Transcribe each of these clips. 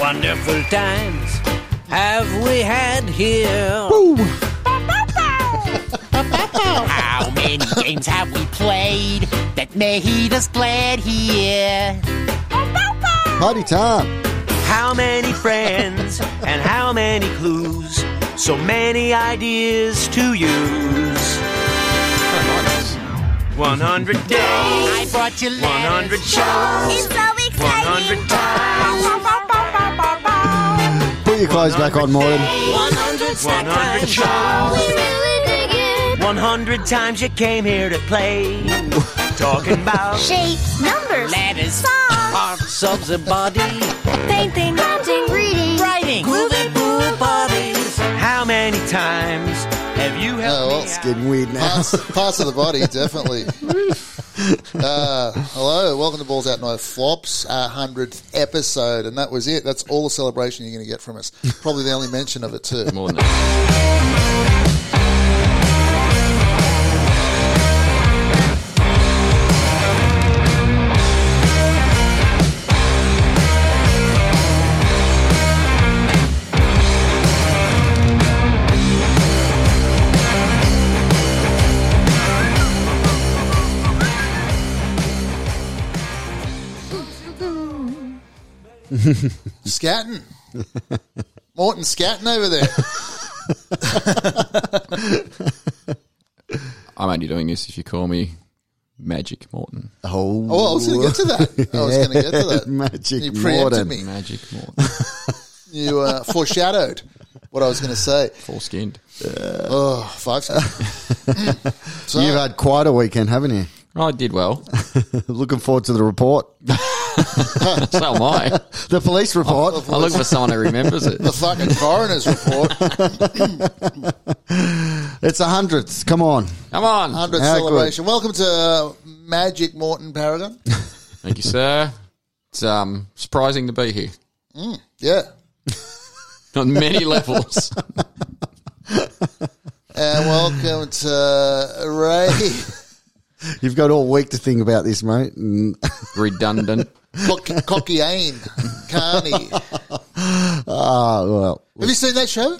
wonderful times have we had here? How many games have we played that made us glad here? Party time. How many friends and how many clues? So many ideas to use. 100 days, I brought you 100 letters. shows, It's so exciting. 100 times, Put your clothes back on, Morton. 100 snack times, shows. We really dig it. 100 times you came here to play. Talking about Shapes, numbers, Letters. songs, parts of the body. painting, counting, reading, Writing. Moving pool parties. How many times have you Oh, helped well, me it's out? Getting weird now. Parts, parts of the body, definitely. uh, hello, welcome to Balls Out No Flops, our hundredth episode, and that was it. That's all the celebration you're going to get from us. Probably the only mention of it too. More than that. Scatting, Morton Scatting over there. I'm only doing this if you call me Magic Morton. Oh, Oh, well, I was going to get to that. I was going to get to that. Magic You preempted Morton. me. Magic Morton. You uh, foreshadowed what I was going to say. Full skinned. Oh, five seconds. so, You've had quite a weekend, haven't you? I did well. Looking forward to the report. So am I. The police report. I look for someone who remembers it. the fucking coroner's report, It's the hundredth. Come on. Come on. 100th How good. celebration. Welcome to uh, Magic Morton Paragon. Thank you, sir. It's um, surprising to be here Yeah. on many levels. And welcome to uh, Ray You've got all week to think about this, mate. Mm. And Redundant. Cock- Cockyane Carney. Have ah, well, you seen that show?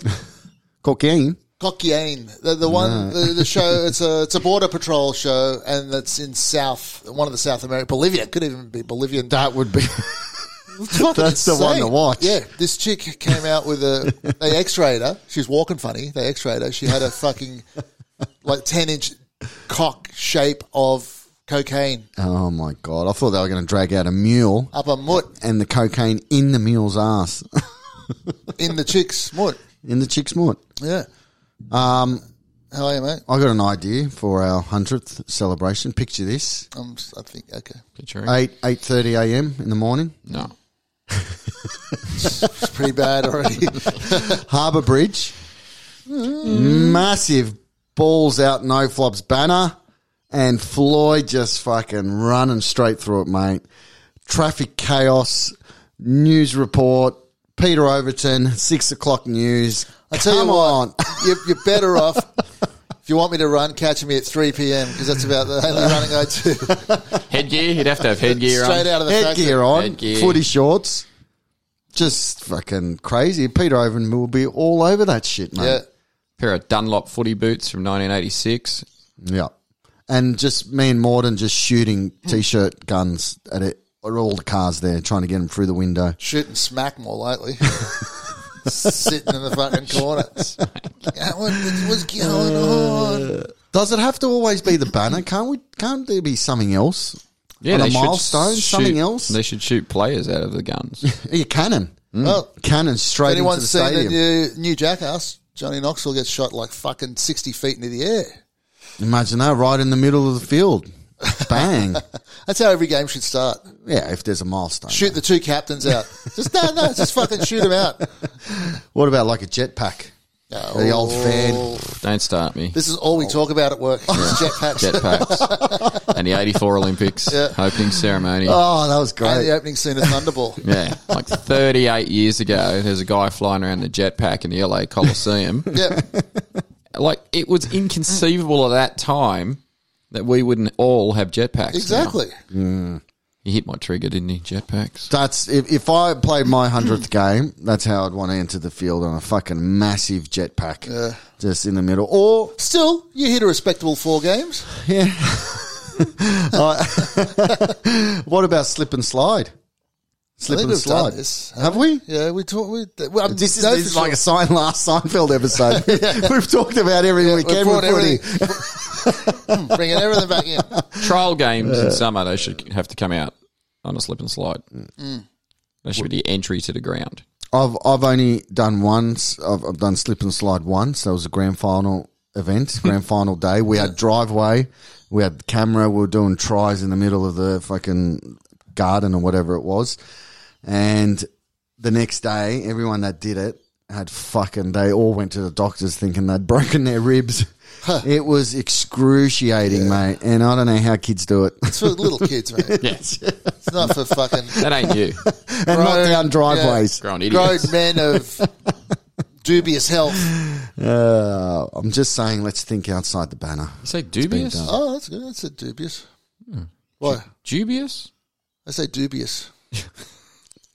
cocaine. Cockyane, the, the one, the, the show. It's a it's a border patrol show, and that's in South, one of the South America, Bolivia. Could even be Bolivian. That would be. It's fucking That's the one to insane. watch. Yeah, this chick came out with a. They X-rayed her. She was walking funny. They X-rayed her. She had a fucking like ten inch cock shape of cocaine oh my god! I thought they were going to drag out a mule up a mutt and the cocaine in the mule's ass in the chick's mutt. in the chick's mutt. Yeah. Um, how are you, mate? I got an idea for our hundredth celebration. Picture this: I'm, s- I think okay. Picturing. eight eight thirty a.m. in the morning, No. It's pretty bad already. Harbour Bridge, massive balls out, no flops banner, and Floyd just fucking running straight through it, mate. Traffic chaos, news report. Peter Overton, six o'clock news. I tell Come you on. what, you're, you're better off. If you want me to run, catch me at 3 p.m. because that's about the only running I do. Headgear. You'd have to have headgear on. Straight out of the factory. headgear on, Headgear. footy shorts. Just fucking crazy. Peter Oven will be all over that shit, Yeah, mate. Pair of Dunlop footy boots from 1986. Yeah. And just me and Morden just shooting t shirt guns at it. At all the cars there, trying to get them through the window. shoot and smack more likely. Sitting in the fucking corner. Yeah, what, what's Uh, going on? Does it have to always be the banner? Can't we? Can't there be something else? Yeah, On a they should milestone, shoot- something else? They should shoot players out of the guns. Yeah, cannon, Oh, Well, cannon if straight into the anyone's seen the stadium. new, new Jackass? Johnny Knoxville gets shot like fucking 60 feet into the air. Imagine that, right in the middle of the field, bang! That's how every game should start. yeah, if there's a milestone. Shoot the two captains out. Just no, no, just fucking shoot them out. What about like a jetpack? The old fan. Don't start me. Oh, This is all we talk about at work. is Jetpacks. Jetpacks and the '84 Olympics opening ceremony. Oh, that was great. and the opening scene of Thunderball. Yeah, like 38 years ago, there's a guy flying around in a jetpack in the LA Coliseum. yeah, Like it was inconceivable at that time that we wouldn't all have jetpacks. now. exactly. You He hit my trigger, didn't he? Jetpacks. That's if, if I played my hundredth game, that's how I'd want to enter the field on a fucking massive jetpack, just in the middle. Or Still, you hit a respectable four games. what about slip and slide? I Slip think and we've done slide. this, have we? Yeah, we talk. We, th- well, I'm- This is, no, this for is like sure. a sign last Seinfeld episode. We've talked about everything we We've can brought with footy. everything- bringing everything back in. Trial games in summer, they should have to come out on a slip and slide. That should be the entry to the ground. I've I've only done once. I've, I've done slip and slide once. That was a grand final event, grand final day. We had driveway, we had camera. We were doing tries in the middle of the fucking garden or whatever it was. And the next day, everyone that did it had fucking. They all went to the doctors thinking they'd broken their ribs. It was excruciating, mate. And I don't know how kids do it. It's for little kids, man. Yes. It's not for fucking that ain't you. and not grown- down driveways. Grown yeah, idiot. grown men of dubious health. Uh, I'm just saying, let's think outside the banner. You say dubious? done. Oh, that's good. That's a dubious. Hmm. Why? Dubious? I say dubious.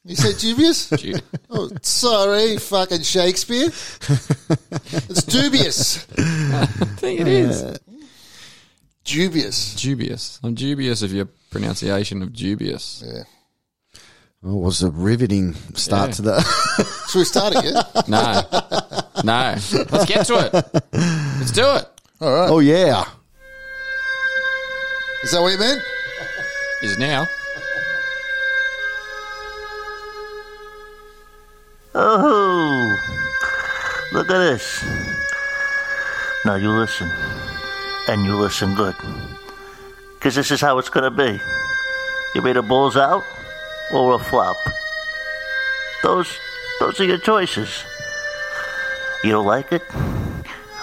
You say dubious? Du- Oh, sorry, fucking Shakespeare. It's dubious. I think it is. Dubious. Dubious. I'm dubious of your pronunciation of dubious. Yeah. Well, It was a riveting start Yeah. to the. Should we start again? No. no. Let's get to it. Let's do it. oh yeah, Is that what you meant? Is now. Oh, look at this. Now you listen, and you listen good. Because this is how it's going to be. You're either balls out or a flop. Those, those are your choices. You don't like it?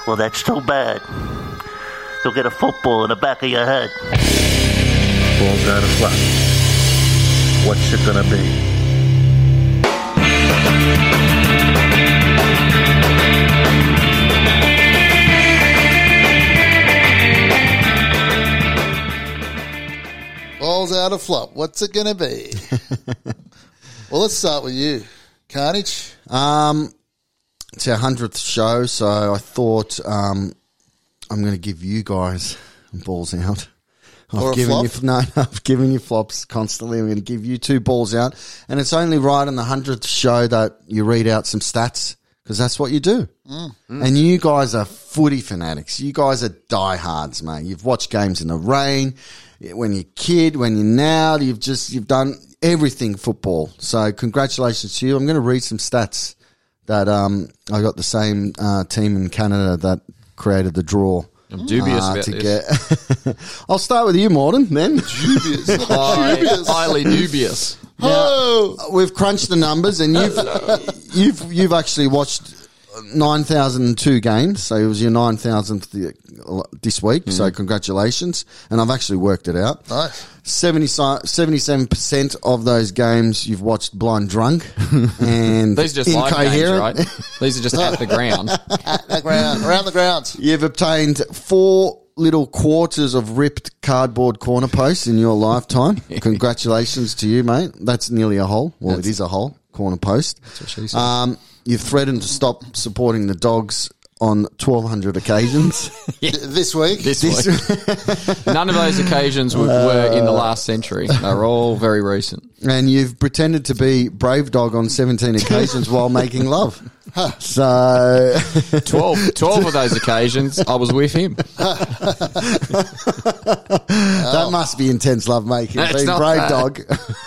Well, that's too bad. You'll get a football in the back of your head. Balls out or flop. What's it going to be? Balls out of flop. What's it going to be? well, let's start with you, Carnage. it's our hundredth show, so I thought um, I'm going to give you guys balls out. I've Or a given you flop? no, no, I've given you flops constantly. I'm going to give you two balls out, and it's only right on the hundredth show that you read out some stats because that's what you do. Mm. Mm. And you guys are footy fanatics. You guys are diehards, mate. You've watched games in the rain, when you're a kid, when you're now. You've just you've done everything football. So congratulations to you. I'm going to read some stats that um I got the same uh, team in Canada that created the draw. I'm dubious uh, about to this. get. I'll start with you, Morden. Then Dubious. Hi- dubious. highly dubious. Oh, we've crunched the numbers, and you've you've you've actually watched nine thousand and two games. So it was your nine thousandth this week. So Mm-hmm. congratulations, and I've actually worked it out. nice. 77 percent of those games you've watched blind drunk and These are just live games, incoherent. right? These are just at the ground. At the ground, around the grounds. You've obtained four little quarters of ripped cardboard corner posts in your lifetime. Congratulations to you, mate. That's nearly a hole. Well, it is a hole, corner post. Um, you've threatened to stop supporting the dogs on 1,200 occasions. Th- This week. This week. None of those occasions were, were in the last century. They're all very recent. and you've pretended to be Brave Dog on 17 occasions while making love. So, 12, 12 of those occasions, I was with him. that must be intense lovemaking, Oh. That's being not Brave bad. Dog.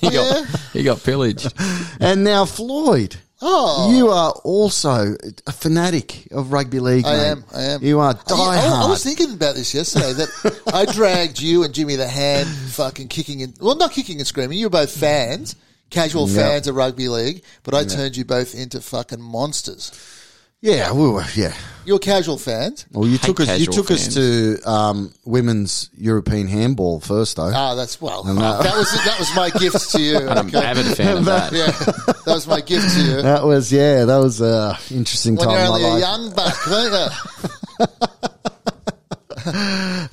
He got, he got pillaged. And now, Floyd. Oh. You are also a fanatic of rugby league. I mate. am. I am. Oh, You are I, I- I was diehard. thinking about this yesterday that I dragged you and Jimmy the hand fucking kicking and well, not kicking and screaming. You were both fans, casual Yeah. fans of rugby league, but I turned you both into fucking monsters. Yeah, we were. Yeah. You're casual fans. Well, you took us. You casual took us fans. to um, women's European handball first, though. Ah, that's well. That was that was my gift to you. I'm okay? avid fan of that. Yeah, that was my gift to you. that was yeah. That was a interesting When time you're in my only a life. young buck,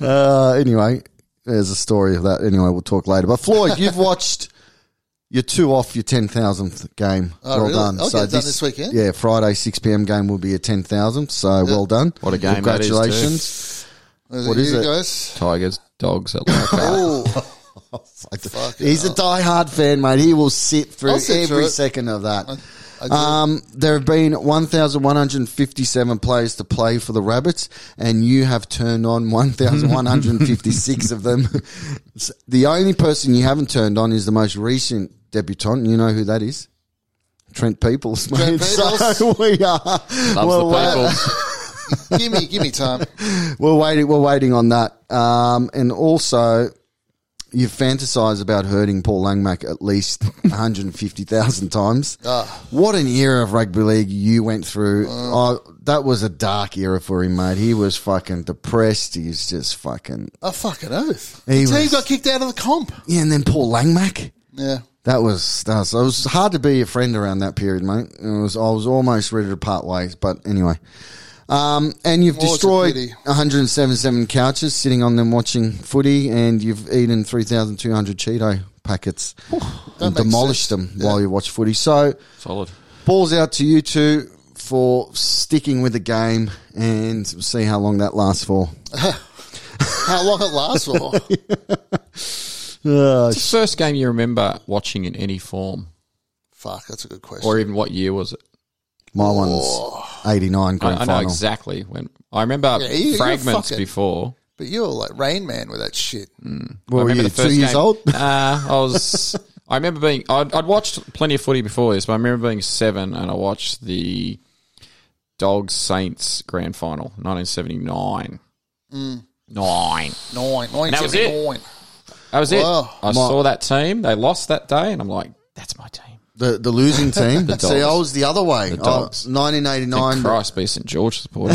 don't you? Uh, anyway, there's a story of that. Anyway, we'll talk later. But Floyd, you've watched. You're two off your ten thousandth game. Oh, well really? done. Okay, done this weekend? Yeah, Friday six pm game will be a ten thousandth. So well done. What a game that is, too. Congratulations. Is What it is you it? guys? Tigers, dogs at Leichhardt. Oh, He's a diehard fan, mate. He will sit through I'll sit every through it. second of that. I do. Um, there have been 1,157 players to play for the Rabbits, and you have turned on 1,156 of them. It's- the only person you haven't turned on is the most recent debutant. You know who that is? Trent Peoples, mate. Trent So Peoples. we are. uh, Loves we're, wait- the people. give me, give me time. we're waiting. We're waiting on that. Um, and also, you fantasize about hurting Paul Langmack at least 150,000 times. What an era of rugby league you went through. oh, that was a dark era for him, mate. He was fucking depressed. He was just fucking. Oh, fucking oath. He the team was- got kicked out of the comp. Yeah, and then Paul Langmack. Yeah. That was, that was it was hard to be a friend around that period, mate. It was I was almost ready to part ways, but anyway. Um, and you've Oh, it's a destroyed pity. 177 couches sitting on them watching footy, and you've eaten 3,200 Cheeto packets and makes demolished sense. them while you watch footy. So, Solid. balls out to you two for sticking with the game, and we'll see how long that lasts for. How long it lasts for? What's the first game you remember watching in any form, Fuck, that's a good question. or even what year was it? My one's 89 I, grand I know final. exactly when. I remember Yeah, you- you're fragments fucking- before. But you're like Rain Man with that shit. What I were remember you, the first two years game- old? Uh, I was. I remember being. I'd, I'd watched plenty of footy before this, but I remember being seven and I watched the Dogs Saints grand final, 1979. Mm. Nine. Nine, nine, That was seven, it. nine. That was Wow. it. I saw that team. They lost that day, and I'm like, that's my team. The the losing team. See, dogs. I was the other way. The dogs. 1989, Thank Christ be St George supporter.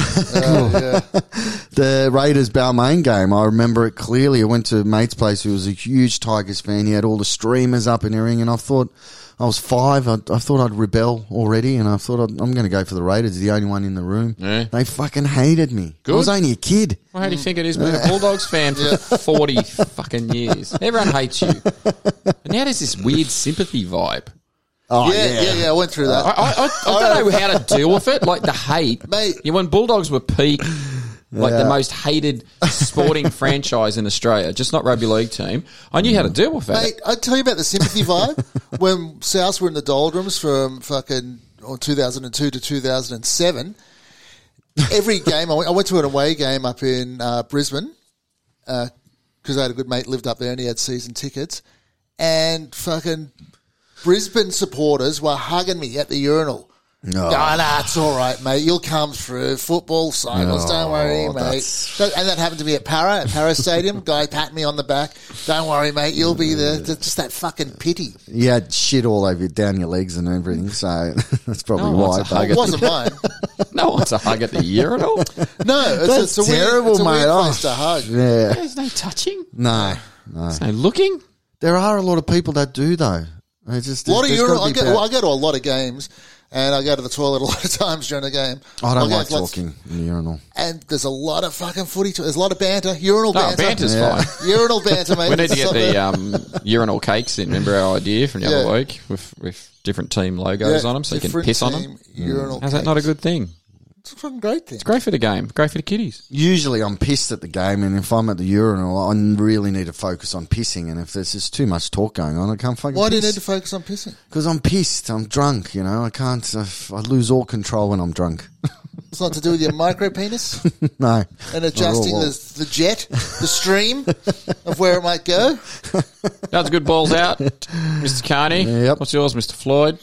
the Raiders Balmain game. I remember it clearly. I went to a mate's place who was a huge Tigers fan. He had all the streamers up and everything, and I thought I was five. I, I thought I'd rebel already, and I thought I'd, I'm going to go for the Raiders. The only one in the room. Yeah. They fucking hated me. I was Good. only a kid. Well, how do you Hmm. think it is being a Bulldogs fan for 40 fucking years? Everyone hates you. And now there's this weird sympathy vibe. Oh Yeah, yeah, yeah, I went through that. I, I, I, I don't know how to deal with it. Like the hate. Mate. Yeah, when Bulldogs were peak, like the most hated sporting franchise in Australia, just not rugby league team, I knew how to deal with that. Mate, I tell you about the sympathy vibe when Souths were in the doldrums from fucking oh, or 2002 to 2007. Every game I went, I went to an away game up in uh, Brisbane because I had a good mate lived up there and he had season tickets, and fucking Brisbane supporters were hugging me at the urinal. No, nah, nah, it's all right, mate. You'll come through. Football cycles, don't worry, mate. That- and that happened to me at Para, at Para Stadium. Guy patting me on the back. Don't worry, mate. You'll be there. Th- Just that fucking pity. You had shit all over you, down your legs and everything. So that's probably No, why. it's a but- hug It wasn't mine. No one's a hug at the urinal. No, it's, That's it's a terrible, weird, it's a mate. weird Oh, place to hug. yeah, There's no touching. no. There's no looking. There are a lot of people that do though. They just A lot of there's gotta urinal. I be go, about- well, I go to a lot of games, and I go to the toilet a lot of times during the game. I I'll don't go like to lots- talking in the urinal. And there's a lot of fucking footy. To, there's a lot of banter. Urinal banter. No, banter's fine. Urinal banter, mate. We need to get Something- the um, urinal cakes in. Remember our idea from the Yeah. other week with, with different team logos Yeah, on them so you can different piss on team them? Mm. Urinal. How's that not a good thing? It's a fucking great thing. Great for the game. Great for the kiddies. Usually, I'm pissed at the game, and if I'm at the urinal, I really need to focus on pissing. And if there's just too much talk going on, I can't fucking. Why do you need to piss. focus on pissing? Because I'm pissed. I'm drunk. You know, I can't. I, I lose all control when I'm drunk. It's not to do with your micro penis no, Oh, and adjusting all. the, the jet, the stream of where it might go. That's good balls out, Mr. Carney. Yep. What's yours, Mr. Floyd?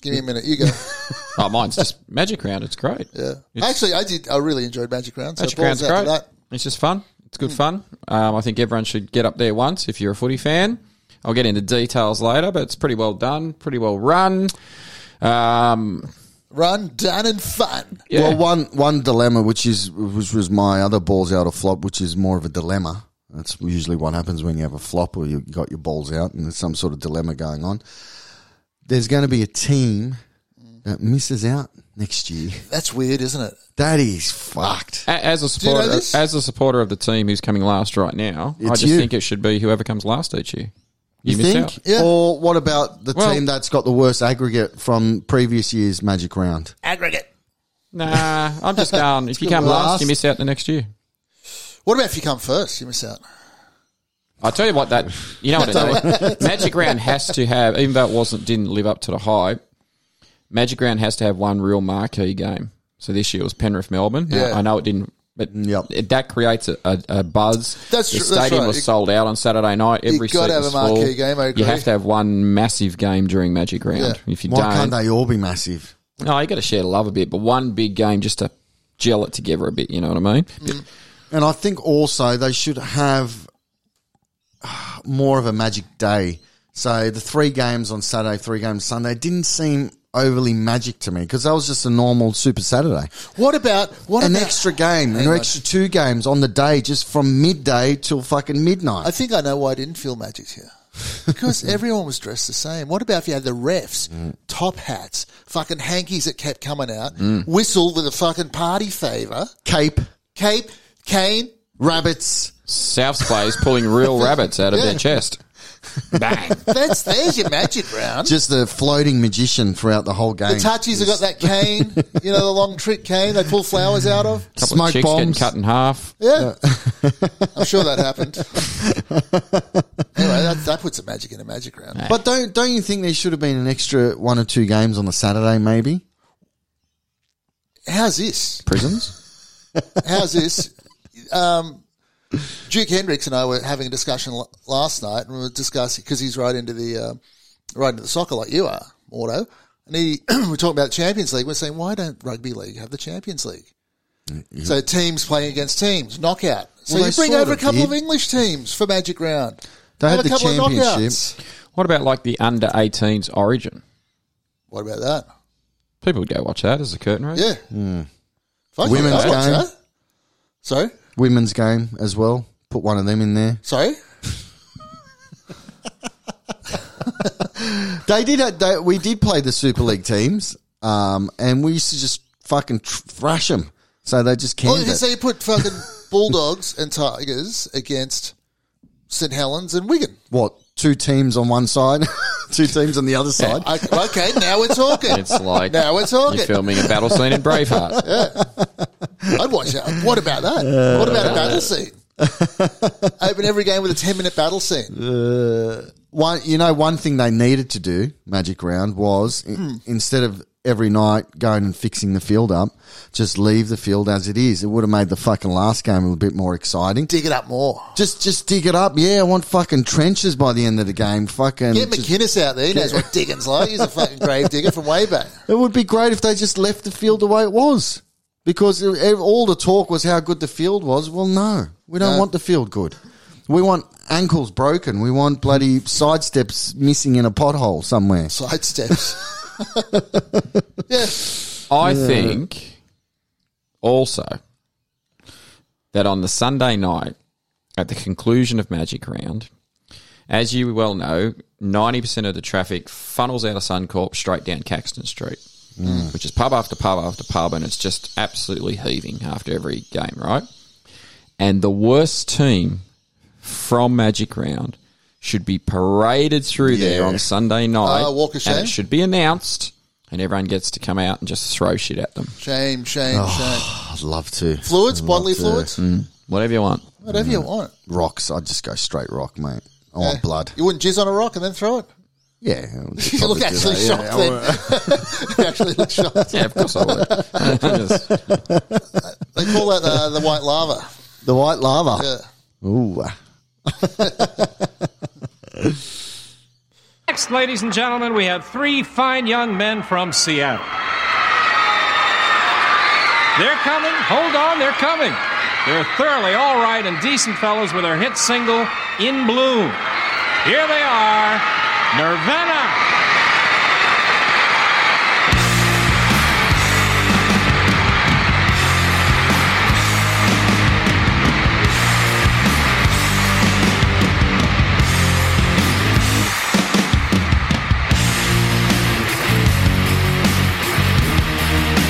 Give me a minute. You go. Oh, mine's just Magic Round. It's great. Yeah. Actually, I did. I really enjoyed Magic Round. So Magic balls Round's out Hmm. to great. that. It's just fun. It's good fun. Um, I think everyone should get up there once if you're a footy fan. I'll get into details later, but it's pretty well done, pretty well run. Um, Run, done, and fun. yeah. Well, one one dilemma, which is which was my other balls out of flop, which is more of a dilemma. That's usually what happens when you have a flop or you got your balls out and there's some sort of dilemma going on. There's going to be a team that misses out next year. That's weird, isn't it? That is fucked. A- As a you know supporter, this? as a supporter of the team who's coming last right now, I It's just you. think it should be whoever comes last each year. You, miss think? out. Yeah. Or what about the Well- team that's got the worst aggregate from previous year's Magic Round? Nah, I'm just going. If you come last, Last. you miss out the next year. What about if you come first? You miss out. I tell you what, that you know what it is. Magic Round has to have, even though it wasn't didn't live up to the hype. Magic Round has to have one real marquee game. So this year was Penrith Melbourne. Now, Yeah. I know it didn't, but Yep. it, that creates a, a, a buzz. That's the true- that's stadium right. was You- sold out on Saturday night. Every gotta seat have was a marquee full. game, I agree. You have to have one massive game during Magic Round. Yeah. If you Why don't, can't they all be massive? no, you got to share the love a bit, but one big game just to gel it together a bit. You know what I mean? And I think also they should have uh, more of a magic day. So the three games on Saturday, three games Sunday didn't seem overly magic to me because that was just a normal Super Saturday. What about what An about, extra game, an on. extra two games on the day, just from midday till fucking midnight. I think I know why I didn't feel magic here. Because everyone was dressed the same. What about if you had the refs, top hats, fucking hankies that kept coming out, whistle with a fucking party favour, Cape, cape, cane, rabbits. South's plays pulling real rabbits out of Yeah. their chest. Bang. That's there's your magic round. Just the floating magician throughout the whole game. the touchies have got that cane, you know, the long trick cane they pull flowers out of. couple Smoke of chicks bombs. getting cut in half. Yeah, I'm sure that happened. anyway, that, that puts some magic in a magic round. But don't don't you think there should have been an extra one or two games on the Saturday, maybe? How's this? Prisons. How's this? Um, Duke Hendricks and I were having a discussion l- last night, and we were discussing because he's right into the uh, right into the soccer like you are, Mordo. And he, we're talking about Champions League. We're saying why don't rugby league have the Champions League? So teams playing against teams, knockout. So Mm-hmm. Well, you they bring sort over a of couple of did. English teams for Magic Round. They Have had the a couple of championship. knockouts. What about like the under 18s origin? What about that? People would go watch that as a curtain raiser. Yeah, Fuck, Hmm. Women's I'd watch game. that. Sorry, Women's game as well. Put one of them in there. sorry. They did. have- They, we did play the Super League teams, um, and we used to just fucking tr- thrash them. So they just Well, canned Oh, you it. say you put fucking Bulldogs and Tigers against St Helens and Wigan. what two teams on one side, two teams on the other side. O- Okay, now we're talking. It's like now we're talking. you're filming a battle scene in Braveheart. I'd watch that. What about that? Uh, what about a battle scene? Open every game with a ten-minute battle scene. One, you know, one thing they needed to do, Magic Round, was i- instead of every night going and fixing the field up, just leave the field as it is. It would have made the fucking last game a little bit more exciting. Dig it up more. Just, just dig it up. Yeah, I want fucking trenches by the end of the game. Fucking, Get just- McInnes out there. He knows what digging's like. He's a fucking grave digger from way back. It would be great if they just left the field the way it was. Because it- it- all the talk was how good the field was. Well, no, we don't No. want the field good. We want ankles broken. We want bloody sidesteps missing in a pothole somewhere. Side steps. yeah. I think also that on the Sunday night, at the conclusion of Magic Round, as you well know, 90% of the traffic funnels out of Suncorp straight down Caxton Street, which is pub after pub after pub, and it's just absolutely heaving after every game, right? And the worst team from Magic Round should be paraded through there on Sunday night. Oh, walk of And shame. it should be announced, and everyone gets to come out and just throw shit at them. Shame, shame, shame. I'd love to. Fluids, I'd Oh, love bodily to. mm, fluids, Whatever you want. whatever you want. Rocks. I'd just go straight rock, mate. I Yeah. want blood. You wouldn't jizz on a rock and then throw it. Yeah. I would You probably look do actually that, yeah. shocked then. you actually look shocked. Yeah, of course I would. Just- They call that uh, the white lava. The white lava. Yeah. Ooh. Next, ladies and gentlemen, we have three fine young men from Seattle. They're coming. Hold on, they're coming. They're thoroughly all right and decent fellows with their hit single, In Bloom. Here they are Nirvana. Thank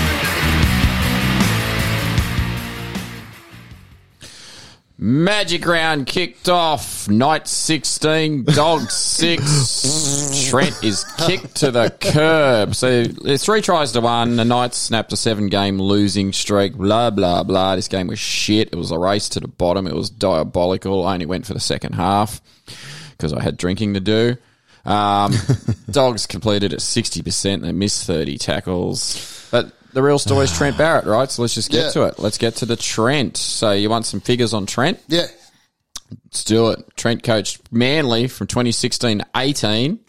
Magic round kicked off. Knight 16, dog 6. Trent is kicked to the curb. So it's three tries to one. The Knights snapped a seven game losing streak. Blah, blah, blah. This game was shit. It was a race to the bottom. It was diabolical. I only went for the second half because I had drinking to do. Um, dogs completed at 60%. They missed 30 tackles. But the real story is Trent Barrett, right? So let's just get Yeah. to it. Let's get to the Trent. So you want some figures on Trent? Yeah. Let's do it. Trent coached Manly from 2016 18.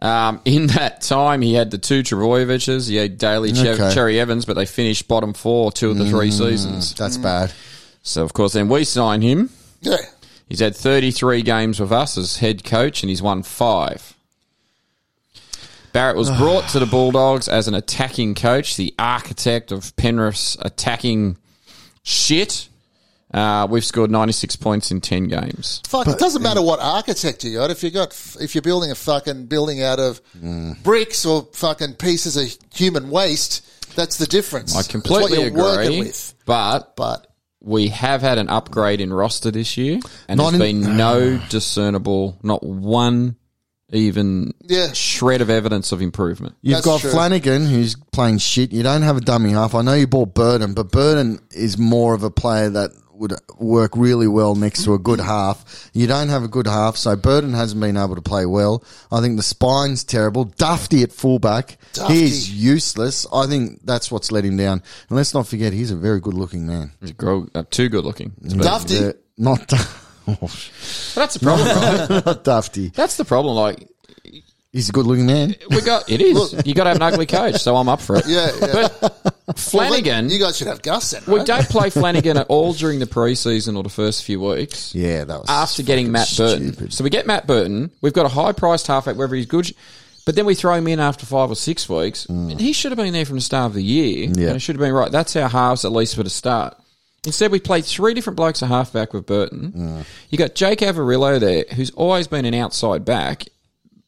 Um, in that time, he had the two Travojeviches, he had Daly Che- Okay. Cherry Evans, but they finished bottom four two of the three seasons. Mm. That's bad. So, of course, then we sign him. Yeah. He's had 33 games with us as head coach and he's won five. Barrett was brought to the Bulldogs as an attacking coach, the architect of Penrith's attacking shit. Uh, we've scored 96 points in 10 games. Fuck, it doesn't matter what architect you got. If you got, if you're building a fucking building out of bricks or fucking pieces of human waste, that's the difference. I It's what completely you're agree. Working with. But But we have had an upgrade in roster this year, and Not there's in- been no discernible, not one even Yeah. shred of evidence of improvement. You've That's got true. Flanagan who's playing shit. You don't have a dummy half. I know you bought Burden, but Burden is more of a player that would work really well next to a good Mm. half. You don't have a good half, so Burden hasn't been able to play well. I think the spine's terrible. Dufty at fullback, Dufty. he is useless. I think that's what's let him down. And let's not forget, he's a very good looking man. He's grow- uh, too good looking. Dufty, Uh, not, But that's the problem. right? not Dufty. That's the problem. Like He's a good looking man. we got it is. you got to have an ugly coach, so I'm up for it. yeah, yeah. Flanagan. you guys should have Gus then. we right? don't play Flanagan at all during the preseason or the first few weeks. Yeah, that was After getting fucking Matt Burton, stupid. so we get Matt Burton. We've got a high-priced halfback, whether he's good, but then we throw him in after five or six weeks. And he should have been there from the start of the year. Mm. Yeah. and it should have been right. That's our halves at least for the start. Instead, we played three different blokes at halfback with Burton. Mm. You got Jake Averillo there, who's always been an outside back.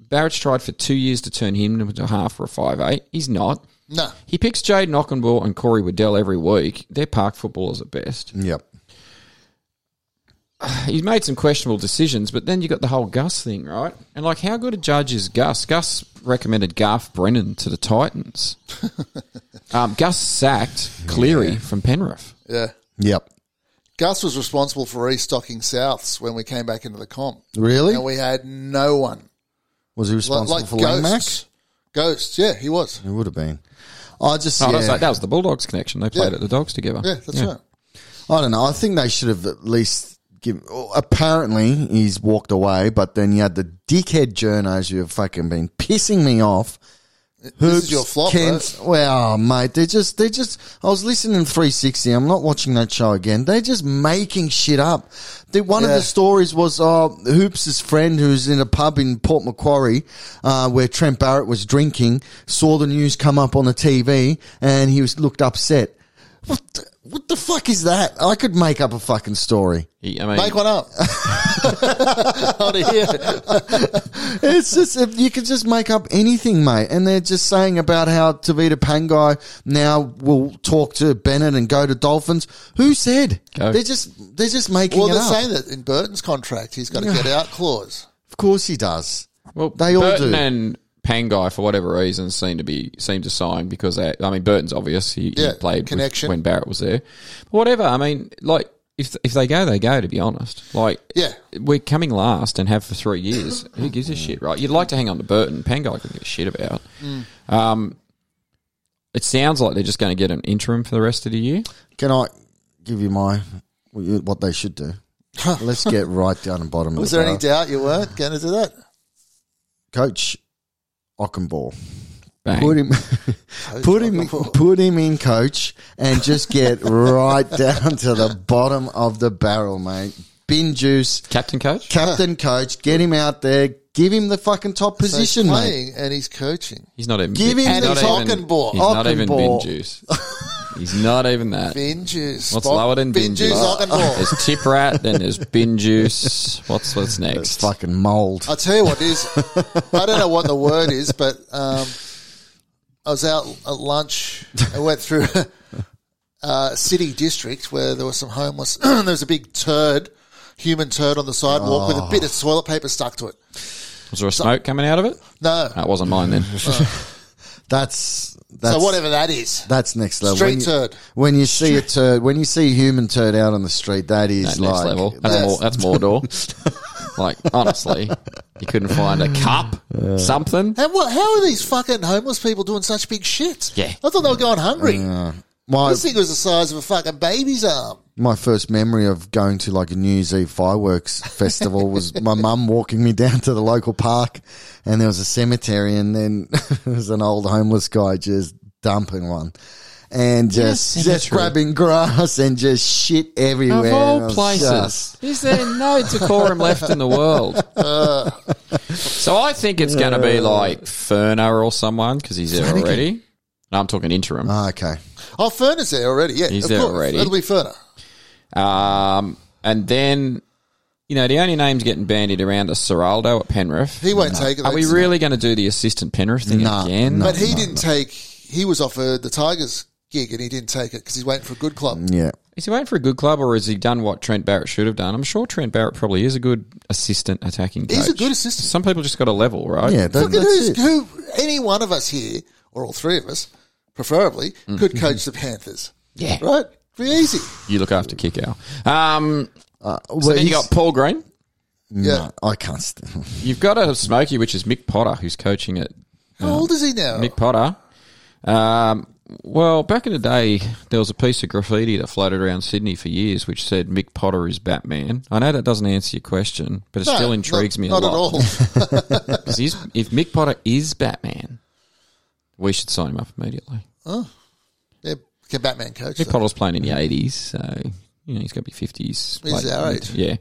Barrett's tried for two years to turn him into a half or a five eight. He's not. No. He picks Jade Knockenbull and Corey Waddell every week. They're park footballers at best. Yep. He's made some questionable decisions, but then you got the whole Gus thing, right? And like, how good a judge is Gus? Gus recommended Garth Brennan to the Titans. um, Gus sacked Cleary from Penrith. Yeah. Yep. Gus was responsible for restocking Souths when we came back into the comp. Really? And we had no one. Was he Like, responsible like for Ghosts. Langmax? Ghosts, yeah, he was. It would have been. I just Oh, yeah. that's like, that was the Bulldogs connection. They played Yeah. at the Dogs together. Yeah, that's right. I don't know. I think they should have at least give. oh, Apparently, he's walked away, but then you had the dickhead journos who have fucking been pissing me off. This is your flop, Kent- Well, mate, they're just they're just. I was listening to 360. I'm not watching that show again. They're just making shit up. The, one of Yeah. the stories was uh, Hoops' friend, who's in a pub in Port Macquarie, uh, where Trent Barrett was drinking, saw the news come up on the TV, and he was looked upset. What the, what the fuck is that? I could make up a fucking story. He- I mean, right. Make one up. Out of here. It's just if you could just make up anything, mate. And they're just saying about how Tavita Pangai now will talk to Bennett and go to Dolphins. Who said? Go. They're just they're just making Well, it they're up. saying that in Burton's contract, he's got a get out clause. of course he does. Well, They all Burton do. and Pangai, for whatever reason, seem to be seem to sign because they, I mean Burton's obvious. He, Yeah, he played with- connection. when Barrett was there. But whatever. I mean, like if if they go, they go. To be honest, like Yeah. we're coming last and have for three years. Who gives a shit, right? You'd like to hang on to Burton. Pangai could give a shit about. Um, it sounds like they're just going to get an interim for the rest of the year. Can I give you my what you- what they should do? Let's get right down and bottom. Was of there the any barrel. doubt you weren't going to do that? Coach Ockenball. Bang. Put him, put him, put him in, coach, and just get right down to the bottom of the barrel, mate. Bin juice, Captain coach. captain, coach. Get him out there. Give him the fucking top So he's position, mate. playing and he's coaching. He's not even. Give him he's the not talking even- ball. He's not even bin Ockenball. juice. He's not even that. Bin juice. What's Bob- lower than Uh, bin, juice? Lock and ball. There's tip rat, then there's bin juice. What's It's what's next? fucking mold. I tell you what is, I don't know what the word is, but um, I was out at lunch. I went through uh, city district where there was some homeless. there was a big turd, human turd on the sidewalk with Oh. a bit of toilet paper stuck to it. Was there a smoke coming out of it? No, That wasn't mine then. That's that's so whatever that is. That's next level. Street when you, turd. When you see a turd, when you see a human turd out on the street, that is That next like level. That's, that's- more, that's Mordor. like, honestly, you couldn't find a cup, something. And what, how are these fucking homeless people doing such big shit? Yeah. I thought they were going hungry. my This thing was the size of a fucking baby's arm. my first memory of going to like a New Year's Eve fireworks festival was my mum walking me down to the local park, and there was a cemetery, and then there was an old homeless guy just dumping one. And just, just cemetery. grabbing grass and just shit everywhere. Of And I all was places, just- is there no decorum left in the world? so I think it's going to be like Ferner or someone because he's there already. No, I'm talking interim. Ah, okay. Oh, Ferner's there already. Yeah, He's of there course. already. It'll be Ferner. Um, and then, you know, the only names getting bandied around are Seraldo at Penrith. He won't take it. Are we That's- really going to do the assistant Penrith thing Nah, again? But he didn't take. He was offered the Tigers gig and he didn't take it because he's waiting for a good club. Yeah. Is he waiting for a good club, or has he done what Trent Barrett should have done? I'm sure Trent Barrett probably is a good assistant attacking coach. He's a good assistant. Some people just got a level, right? Yeah, that, Look at that's who's, it. who. Any one of us here, or all three of us, preferably, could coach the Panthers. Mm. Yeah. right. Be easy. You look after kick out. Um, Well, so then you he's- got Paul Green. Yeah. I can't. St- You've got a Smoky, which is Mick Potter, who's coaching at How old is he now? Mick Potter. Um, well, back in the day, there was a piece of graffiti that floated around Sydney for years, which said Mick Potter is Batman. I know that doesn't answer your question, but it No, still intrigues Ah, not- me a Not lot. at all. 'Cause he's- if Mick Potter is Batman, we should sign him up immediately. yeah, can Batman coach? Mick though? Potter's playing in the eighties, so you know he's got to be fifties. He's our age. Yeah.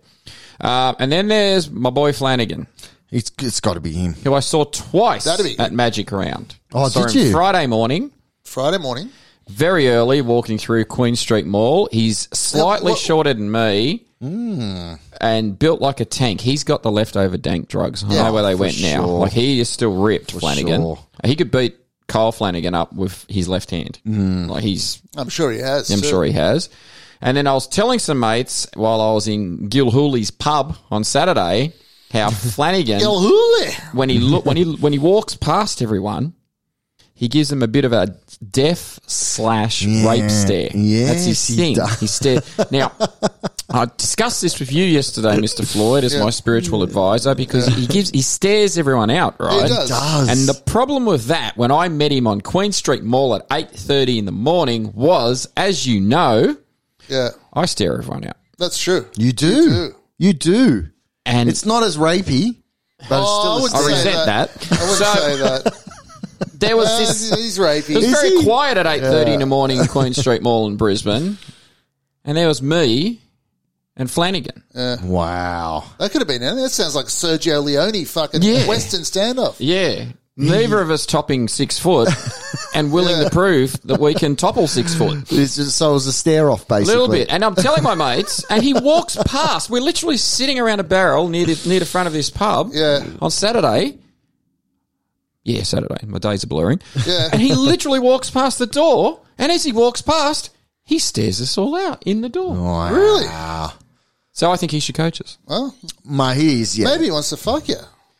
Um, and then there's my boy Flanagan, it's it's got to be him. who I saw twice That'd be- at Magic Round. Oh, saw did him you? Friday morning, Friday morning. very early, walking through Queen Street Mall. He's slightly Now, what- shorter than me. And built like a tank. He's got the leftover dank drugs. I Yeah, know where they for went now. sure. Like he is still ripped, Flanagan. sure. He could beat Kyle Flanagan up with his left hand. Like he's I'm sure he has. Uh, I'm sure he has. And then I was telling some mates while I was in Gilhooly's pub on Saturday how Flanagan, El Hooli. when he look when he when he walks past everyone, he gives them a bit of a death slash rape stare. that's Yes, his he thing. does. He stare. Now, I discussed this with you yesterday, Mister Floyd, as my spiritual advisor, because he gives he stares everyone out, right? does. Does. And the problem with that, when I met him on Queen Street Mall at eight thirty in the morning, was as you know, Yeah, I stare everyone out, that's true. You do. You do. and It's not as rapey, but Oh, it's still. I wouldn't I a- say resent that. I wouldn't So say that. there was Uh, this. he's rapey. It was He's- very quiet at eight thirty in the morning in Queen Street Mall in Brisbane, and there was me and Flanagan. wow. that could have been. That sounds like Sergio Leone fucking Yeah. Western standoff. Yeah, neither of us topping six foot, and willing to prove that we can topple six foot. It's just, so it was a stare off, A basically. little bit, and I'm telling my mates, and he walks past. We're literally sitting around a barrel near the, near the front of this pub. Yeah. on Saturday. Yeah, Saturday. My days are blurring. Yeah. and he literally walks past the door, and as he walks past, he stares us all out in the door. Wow. Really? So I think he should coach us. Well, My he is, yeah. maybe he wants to fuck you.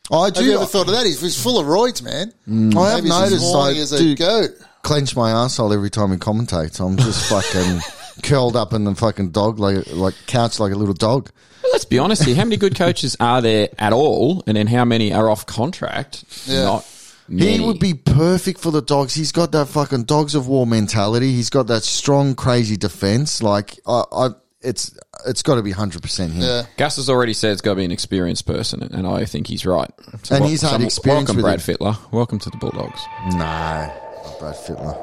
I Have you do. Mm. ever thought of that? He's, he's full of roids, man. I have Maybe he's as noticed I horny as a do goat. clench my asshole every time he commentates. I'm just fucking curled up in the fucking dog like like couch like a little dog. But let's be honest here. How many good coaches are there at all? And then how many are off contract? Yeah. Not He many. would be perfect for the dogs. He's got that fucking dogs of war mentality. He's got that strong, crazy defense. Like I, I it's it's got to be hundred percent him. Yeah. Gus has already said it's got to be an experienced person, and I think he's right. So And wel- he's had so experience Welcome, with Brad it. Fittler. Welcome to the Bulldogs. No, not Brad Fittler.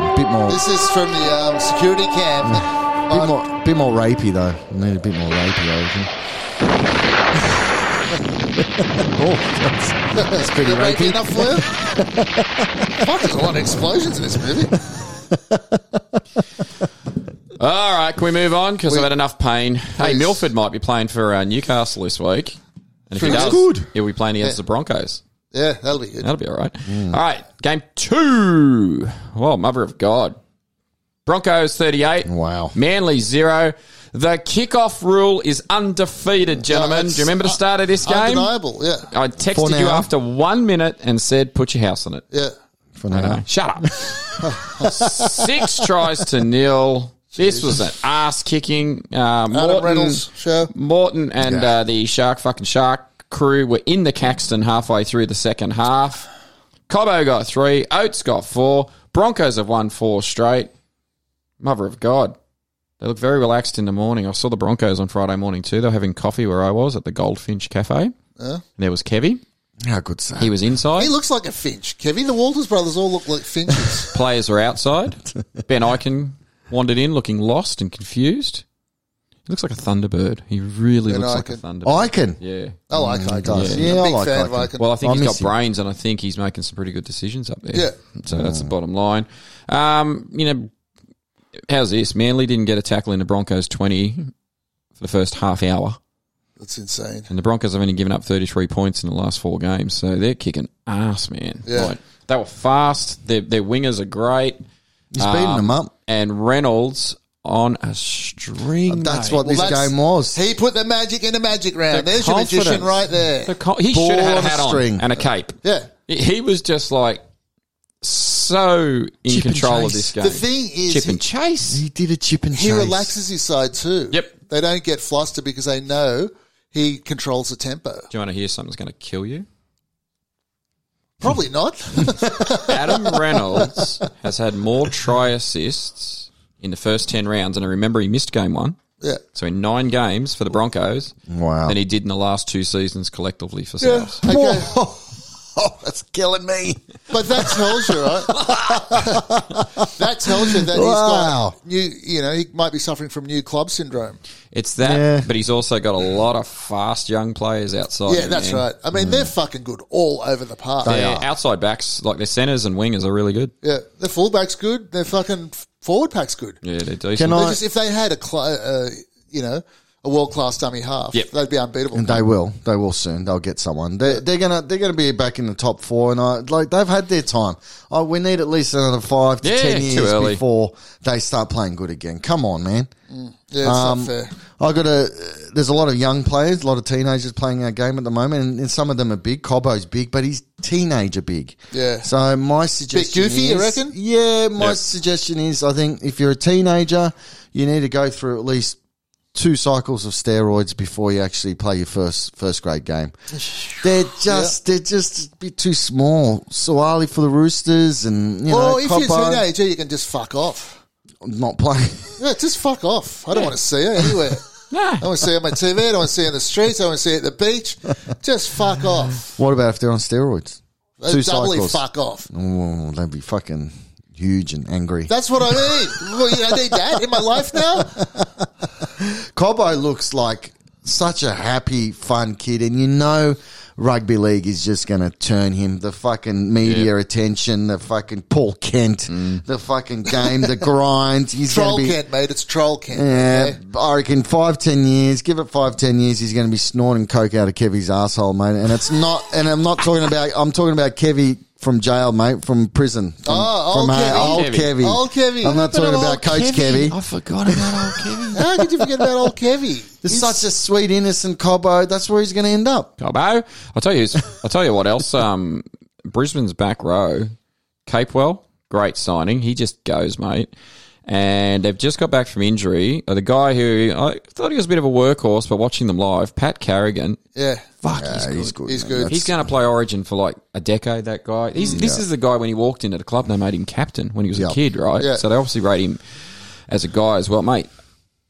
A bit more, This is from the um, security camp. bit Oh, Mm. more, bit more rapey though. I need a bit more rapey. I reckon. oh, that's, that's pretty Did I make rapey. enough for you? Fuck, there's a lot of explosions in this movie. All right, can we move on? Because I've had enough pain. Hey, Please. Milford might be playing for uh, Newcastle this week. And if he That's does, good. he'll be playing against the Broncos. Yeah, that'll be good. That'll be all right. All right, game two. Well, mother of God. Broncos 38. Wow. Manly 0. The kickoff rule is undefeated, gentlemen. Do you remember uh, the start of this game? Undeniable, yeah. I For texted you now. after one minute and said, put your house on it. Yeah. For now. Shut up. Six tries to nil. This was an ass kicking. Uh, Adam Morton, Reynolds show. Morton and uh, the shark fucking shark crew were in the Caxton halfway through the second half. Cobbo got three. Oates got four. Broncos have won four straight. Mother of God. They look very relaxed in the morning. I saw the Broncos on Friday morning too. They were having coffee where I was at the Goldfinch Cafe. There was Kevy. How good's that? He was inside. He looks like a finch. Kevin, the Walters brothers all look like finches. players were outside. ben Eichen wandered in looking lost and confused. He looks like a Thunderbird. He really Ben looks like a Eichen. Thunderbird. Icon. Yeah. I like Icon. does. Yeah, Yeah, I big like fan Icon. of Icon. Well, I think I he's miss got him. brains, and I think he's making some pretty good decisions up there. Yeah. So that's the bottom line. Um, you know, how's this? Manly didn't get a tackle in the Broncos 20 for the first half hour, That's insane. and the Broncos have only given up 33 points in the last four games. So they're kicking ass, man. Yeah. they were fast. Their, their wingers are great. He's beating them up. and Reynolds on a string. That's mate. what this that's- game was. He put the magic in the magic round. The There's your magician confidence. right there. The co- he Ball should on have had a a hat on string. and a cape. yeah. He- He was just like so in Chip and control of chase. this game. The thing is, chip he, and chase. he did a chip and he chase. relaxes his side too. Yep. They don't get flustered because they know he controls the tempo. Do you want to hear something's going to kill you? Probably not. Adam Reynolds has had more try assists in the first ten rounds, and I remember he missed game one. yeah. So in nine games for the Broncos, Wow. than he did in the last two seasons collectively for Souths. Okay. Oh, that's killing me. But that tells you, right? that tells you that Wow. he's got new, you know, he might be suffering from new club syndrome. It's that, Yeah. but he's also got a lot of fast young players outside. Yeah, him, that's man. right. I mean, they're fucking good all over the park. Their outside backs, like their centres and wingers, are really good. Yeah, their fullback's good. Their fucking forward pack's good. Yeah, they're decent. Can They're I- just, if they had a, cl- uh, you know, a world class dummy half, Yep. they'd be unbeatable. And they will. They will soon. They'll get someone. They're, they're gonna. They're gonna be back in the top four. And I like they've had their time. Oh, we need at least another five to Yeah, ten too years early. before they start playing good again. Come on, man. yeah, it's Um, not fair. I got a. There's a lot of young players, a lot of teenagers playing our game at the moment, and, and some of them are big. Cobbo's big, but he's teenager big. Yeah. So my suggestion, goofy, you is- reckon? Yeah, my Yep. suggestion is, I think if you're a teenager, you need to go through at least two cycles of steroids before you actually play your first first grade game. They're just they're just a bit too small. Suwali for the Roosters, and you know, Or if you're a Cobbo teenager, you can just fuck off. not playing. Yeah, just fuck off. I don't want to see her anywhere. I don't want to see her on my TV. I don't want to see her in the streets. I don't want to see her at the beach. Just fuck off. what about if they're on steroids? Two Doubly cycles. fuck off. Oh, they'd be fucking huge and angry. That's what I mean. well, yeah, I need that in my life now. Cobbo looks like such a happy, fun kid, and you know rugby league is just going to turn him the fucking media attention, the fucking Paul Kent, the fucking game, the grind. He's Mm. Troll going to be. Kent, mate. It's troll Kent. Yeah, okay? I reckon five, ten years. Give it five, ten years. He's going to be snorting coke out of Kevy's asshole, mate. And it's not. And I'm not talking about. I'm talking about Kevy from jail, mate, from prison. From, Oh, old from, uh, Kevy. old Kevy. Old Kevy. I'm not What talking about about old Coach Kevy. I forgot about old Kevin. How could you forget about old Kevy? There's such a sweet, innocent Cobbo. That's where he's going to end up. Cobbo. I'll tell you. I'll tell you what else. Um, Brisbane's back row, Capewell, great signing. He just goes, mate. And they've just got back from injury. Uh, The guy who I thought he was a bit of a workhorse, but watching them live, Pat Carrigan, Yeah. fuck, he's good. He's good. He's man. good. That's- He's going to play Origin for like a decade. That guy. He's, This is the guy when he walked into the club, they made him captain when he was Yeah. a kid, right? Yeah. So they obviously rate him as a guy as well, mate.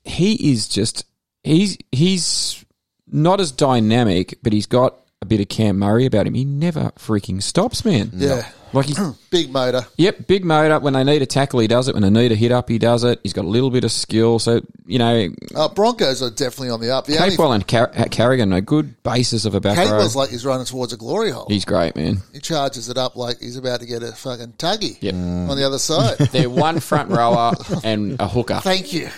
He is just he's he's not as dynamic, but he's got a bit of Cam Murray about him. He never freaking stops, man. Yeah. Like he's Big motor. Yep, big motor. When they need a tackle, he does it. When they need a hit up, he does it. He's got a little bit of skill. So, you know, Uh, Broncos are definitely on the up. The only Capewell and Car- Carrigan, a good basis of a back row. Capewell's like he's running towards a glory hole. He's great, man. He charges it up like he's about to get a fucking tuggy Yep. on the other side. They're one front rower and a hooker. Thank you.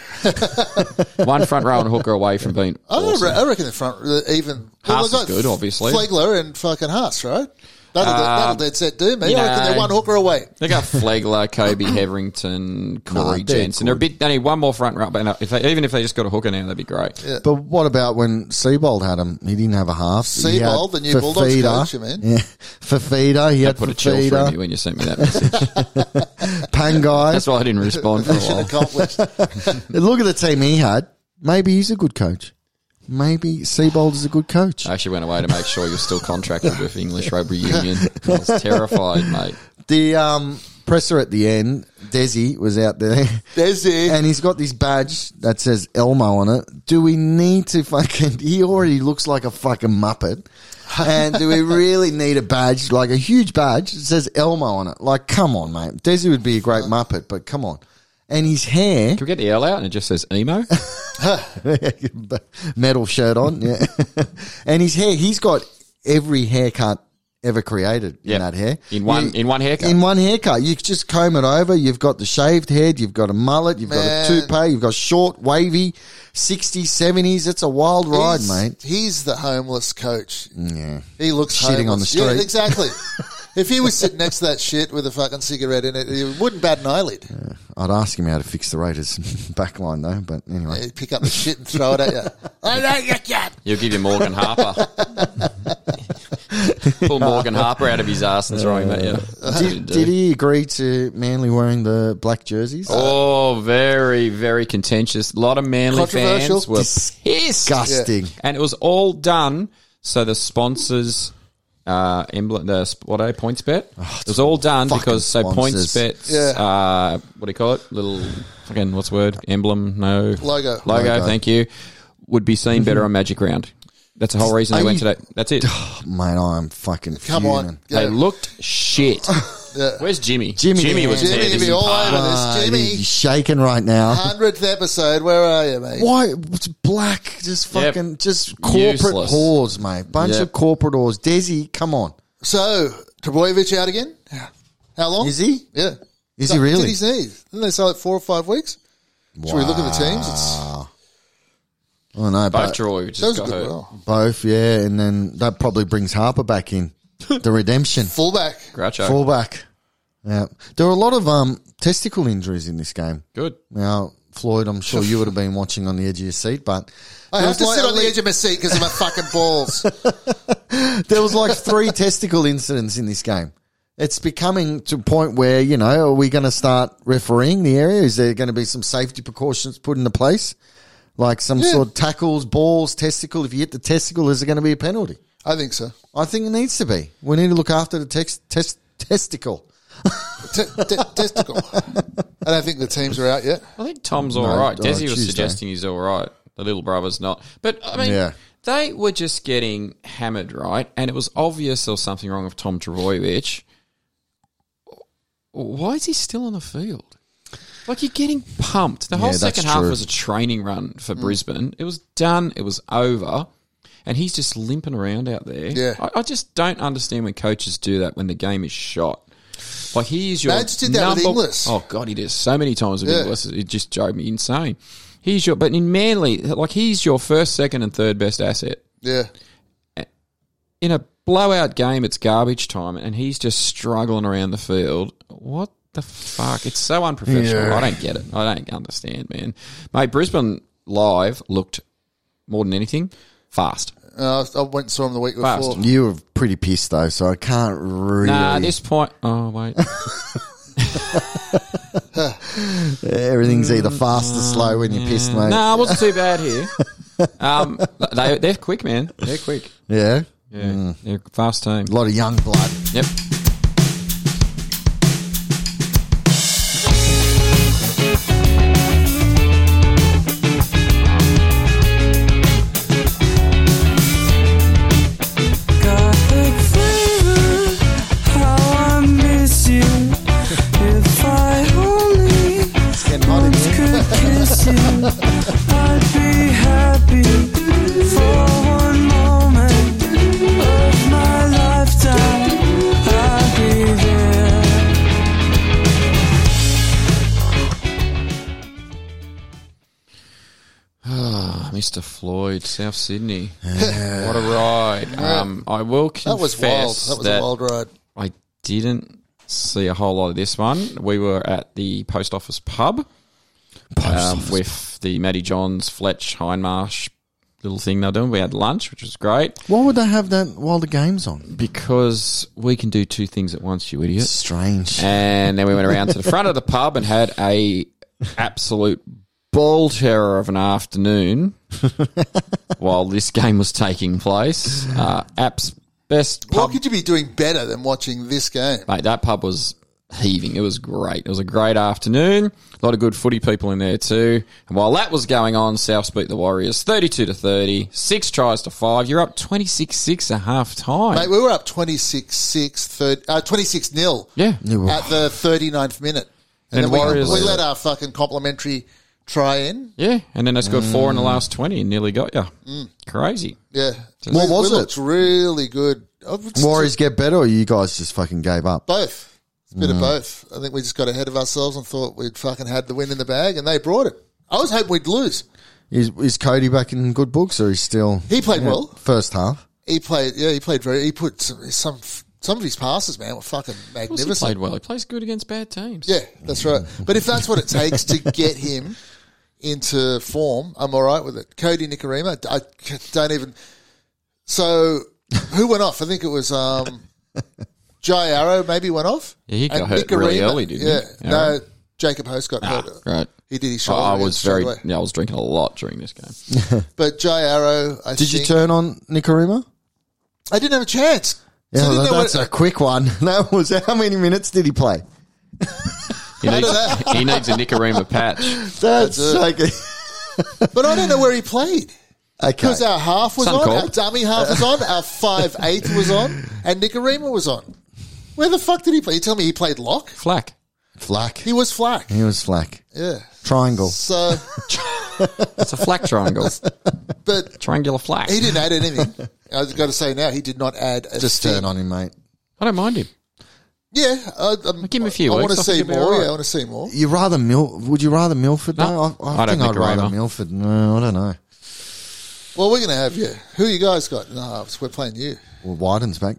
One front rower and a hooker away from being I, Oh, awesome. re- I reckon the front, the- even Haas they've got is good, obviously. Flegler and fucking Haas, right? That'll, that'll dead set do me. you I reckon know. they're one hooker away. They got Flegler, Kobe, Heverington, Corey No, they're Jensen. They're a bit. They need one more front row, but no, if they, even if they just got a hooker now, that'd be great. But what about when Seabold had him? He didn't have a half. He had Seabold, the new Bulldogs Fafita. coach, you mean? Yeah. Fafita, he had Put a chill through me Fafita. when you sent me that message. That's Pangai. why I didn't respond for a Mission while. accomplished. Look at the team he had. Maybe he's a good coach. Maybe Seabold is a good coach. I actually went away to make sure you're still contracted with English Rugby Union. I was terrified, mate. The um, presser at the end, Desi was out there. There's And he's got this badge that says Elmo on it. Do we need to fucking? He already looks like a fucking muppet. And do we really need a badge, like a huge badge that says Elmo on it? Like, come on, mate. Desi would be a great muppet, but come on. And his hair, Can we get the L out and it just says emo? metal shirt on, yeah. and his hair, he's got every haircut ever created Yep. in that hair. In one- in one haircut. In one haircut. You just comb it over. You've got the shaved head. You've got a mullet. You've Man. got a toupee. You've got short, wavy, 60s, 70s. It's a wild ride, he's, mate. He's the homeless coach. Yeah. He looks Shitting on homeless. the street. Yeah, exactly. if he was sitting next to that shit with a fucking cigarette in it, he wouldn't bat an eyelid. I'd ask him how to fix the Raiders back line, though. But anyway. He'd pick up the shit and throw it at you. I don't get that. You'll give you Morgan Harper. Pull Morgan Harper out of his ass and throw him at you. Uh, That's what he'd do. Did he agree to Manly wearing the black jerseys? Oh, very, very contentious. A lot of Manly Controversial. fans were pissed. Disgusting. And it was all done so the sponsors uh emblem the sp- what are they, points bet it was all done Oh, fucking because so sponsors. points bets Yeah. uh what do you call it little fucking what's the word emblem no Logo. logo, Logo. Mm-hmm. thank you would be seen better on magic round that's the whole reason they Are went you- to that that's it Mate, I'm fucking Come fuming. on. they Yeah. looked shit Yeah. where's jimmy Jimmy. was Jimmy there Jimmy, this be all part. over Ah, this. he's Jimmy, shaking right now. hundredth episode. Where are you, mate? Why? It's black. Just Yep. fucking. Just corporate Useless. whores, mate. Bunch Yep. of corporate whores. Desi, come on. So Trebojevic out again? How long Is he? Yeah. Is he really? Did his knees? Didn't they say like four or five weeks? Should we look at the teams? It's, Oh no, Both both. Troy just that was a got good hurt. roll. both. Yeah, and then that probably brings Harper back in. The redemption Fullback. Groucho. fullback. Yeah, there were a lot of um testicle injuries in this game. Good. Now, Floyd, I'm sure you would have been watching on the edge of your seat, but I there have was to like sit on the only- edge of my seat because of my fucking balls. there was like three testicle incidents in this game. It's becoming to a point where, you know, are we going to start refereeing the area? Is there going to be some safety precautions put into place? Like some sort of tackles, balls, testicle. If you hit the testicle, is there going to be a penalty? I think so. I think it needs to be. We need to look after the tex- test- testicle. T- t- testicle. I don't think the teams are out yet. I think Tom's all right. uh, Desi Tuesday. was suggesting he's all right. The little brother's not. But I mean, Yeah. they were just getting hammered, right? And it was obvious there was something wrong with Tom Droyevich. Why is he still on the field? Like you're getting pumped. The whole Yeah, that's second half true. Mm. was a training run for Brisbane. It was done. It was over. And he's just limping around out there. Yeah. I, I just don't understand when coaches do that when the game is shot. Like he is your Badge did that with number- Inglis. Oh god, he does so many times with Yeah. Inglis. It just drove me insane. He's your but in Manly, like he's your first, second, and third best asset. Yeah. In a blowout game, it's garbage time, and he's just struggling around the field. What the fuck? It's so unprofessional. I don't get it. I don't understand, man. Mate, Brisbane live looked more than anything fast. Uh, I went and saw him the week Fast. before. You were pretty pissed, though, so I can't really. Nah, this point. Oh wait, Everything's either Mm, fast or slow when you're pissed, mate. nah, it wasn't too bad here. Um, they they're quick, man. They're quick. Yeah? Yeah, Mm. they're a fast team. A lot of young blood. Yep. Getting hot in here. For one moment of my lifetime, I Mr. Oh, Floyd, South Sydney. what a ride. Um, I will confess That was wild. That was a wild ride. I didn't see a whole lot of this one. We were at the post office pub um, with the Matty Johns, Fletch, Hindmarsh little thing they're doing. We had lunch, which was great Why would they have that while the game's on? because we can do two things at once, you idiot. Strange. And then we went around to the front of the pub and had a absolute ball terror of an afternoon while this game was taking place. Uh, apps best What pub could you be doing better than watching this game? mate, that pub was heaving. It was great. It was a great afternoon. A lot of good footy people in there too. And while that was going on, South beat the Warriors 32 to 30, six tries to five. You're up 26-6 at half time. Mate, we were up 26 6, third, uh, 26 nil yeah. at the 39th minute. And, And then Warriors- we, we let our fucking complimentary try in. Yeah, and then I scored four in the last 20 and nearly got you. Crazy. Yeah. What we, was we it? looked really good. Oh, it's- Warriors get better, or you guys just fucking gave up? Both. It's a Mm. bit of both. I think we just got ahead of ourselves and thought we'd fucking had the win in the bag, and they brought it. I was hoping we'd lose. Is, is Cody back in good books, or he's still He played well. first half? He played, yeah, he played very, he put some, some, some of his passes, man, were fucking Of course he magnificent. played well. He plays good against bad teams. Yeah, that's right. But if that's what it takes to get him into form, I'm all right with it. Cody Nicarima, I don't even. So, who went off? I think it was um, Jai Arrow. Maybe went off. Yeah, he got hurt really Nicarima- early, didn't he? yeah, Arrow? No, Jacob Host got hurt. Right. He did his I- shoulder. I yeah, was straight very, away. yeah, I was drinking a lot during this game. But Jai Arrow, I Did you think- turn on Nicarima? I didn't have a chance. Yeah, So I didn't know that's what- a quick one. That was how many minutes did he play? He needs, he needs a Nicarima patch. That's, so good. but I don't know where he played. Okay. Because our half was Some on, call. our dummy half was on, our five eighth was on, and Nicarima was on. Where the fuck did he play? You tell me he played lock? Flack. Flack. He was flack. He was flack. Yeah. Triangle. So, It's a flack triangle. but Triangular flack. he didn't add anything. I've got to say now, he did not add a Just thing. turn on him, mate. I don't mind him. Yeah. I, I'm, Give him a few I want weeks. to I think see he'll be more. all right. Yeah, I want to see more. You rather Mil? Would you rather Milford? No, No, I, I, I don't think I'd think rather Arima. Milford. No, I don't know. Well, we're going to have you. Who you guys got? No, it's- we're playing you. Well, Wyden's back.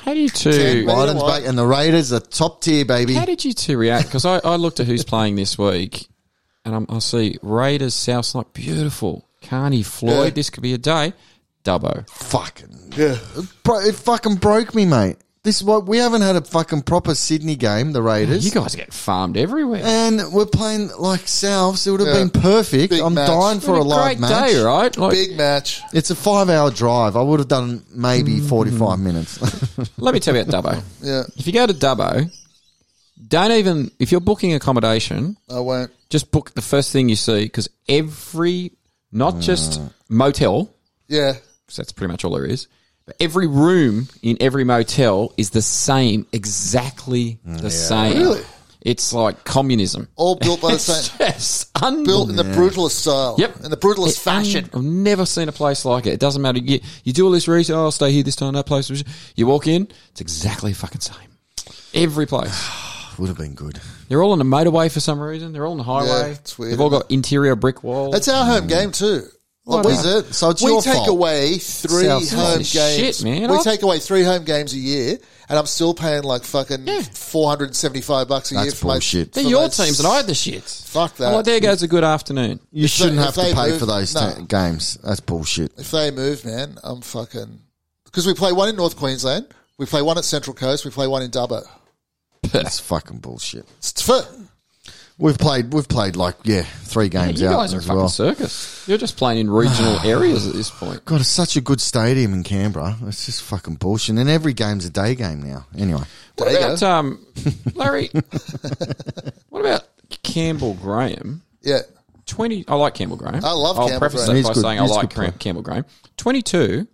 How do you Ten, two? mate. Wyden's White. back, and the Raiders are top tier, baby. How did you two react? Because I, I looked at who's playing this week, and I'm, I see Raiders, Southside, beautiful. Carney, Floyd. Yeah. This could be a day. Dubbo. Fucking bro, it fucking broke me, mate. This is what we haven't had a fucking proper Sydney game. The Raiders. You guys get farmed everywhere. and we're playing like Souths. It would have Yeah. been perfect. Big I'm match. dying What for a live great match. day, right? Like, Big match. It's a five hour drive. I would have done maybe Mm. 45 minutes. Let me tell you about Dubbo. Yeah, If you go to Dubbo, don't even if you're booking accommodation, I won't. just book the first thing you see because Mm. every not just motel Yeah. because that's pretty much all there is. But every room in every motel is the same, exactly the same. Mm, Really? It's like communism. All built by the It's same. just unbelievable. Built in the brutalist style. Oh, Yep. In the brutalist It- fashion. I've never seen a place like it. It doesn't matter. You, you do all this research. Oh, I'll stay here this time, that place. You walk in, it's exactly the fucking same. Every place. would have been good. They're all on the motorway for some reason. They're all on the highway. it's weird, They've all isn't got interior brick walls. That's our home game too. Like, we, Is it? So it's Hmm. we your take fault. away three South Sydney. home games. Shit, man. We I'll- take away three home games a year, and I'm still paying like fucking Yeah. four hundred and seventy five bucks a That's year for my bullshit. They're for your my- teams, and I had the shits. Fuck that. I'm like, there goes a good afternoon. You shouldn't they- have if to they pay move- for those no. ta- games. That's bullshit. If they move, man, I'm fucking because we play one in North Queensland, we play one at Central Coast, we play one in Dubbo. That's fucking bullshit. It's for, We've played. We've played like yeah, three games you out guys are a as fucking well. circus. You're just playing in regional areas at this point. God, it's such a good stadium in Canberra. It's just fucking bullshit. And every game's a day game now. Anyway, there What you go. about um, Larry? what about Campbell Graham? yeah, Twenty. I like Campbell Graham. I love I'll Campbell preface Graham. that He's by good- saying I he's a like good player. Cam- Campbell Graham. Twenty-two.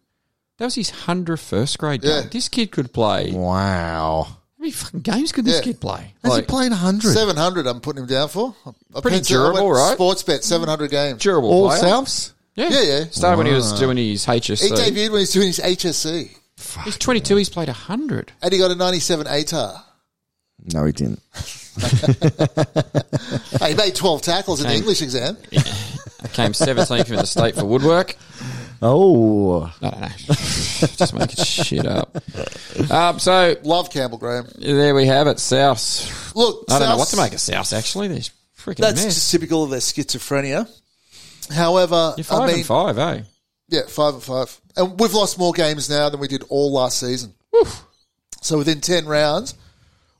That was his hundred first grade game. Yeah. This kid could play. How wow. many fucking games could this Yeah. kid play? Has Like, he played hundred? seven hundred. I'm putting him down for. I Pretty penciled- I went durable, right? Sports bet seven hundred games. durable All player. Souths? Yeah, Yeah, yeah. Started when he was doing his HSC. He debuted when he's doing his HSC, he's twenty-two. He's played hundred. and he got a ninety seven ATAR. No, he didn't. Hey, he made 12 tackles in the English exam. Came 17th in the state for woodwork. Oh, I don't know. Just making shit up. Um, so Love Campbell Graham. there we have it. South. Look, I don't know Souths- what to make of South, actually. They're freaking That's mess. just typical of their schizophrenia. However, You're five I mean, and five, eh? yeah, five and five, and we've lost more games now than we did all last season. So within ten rounds,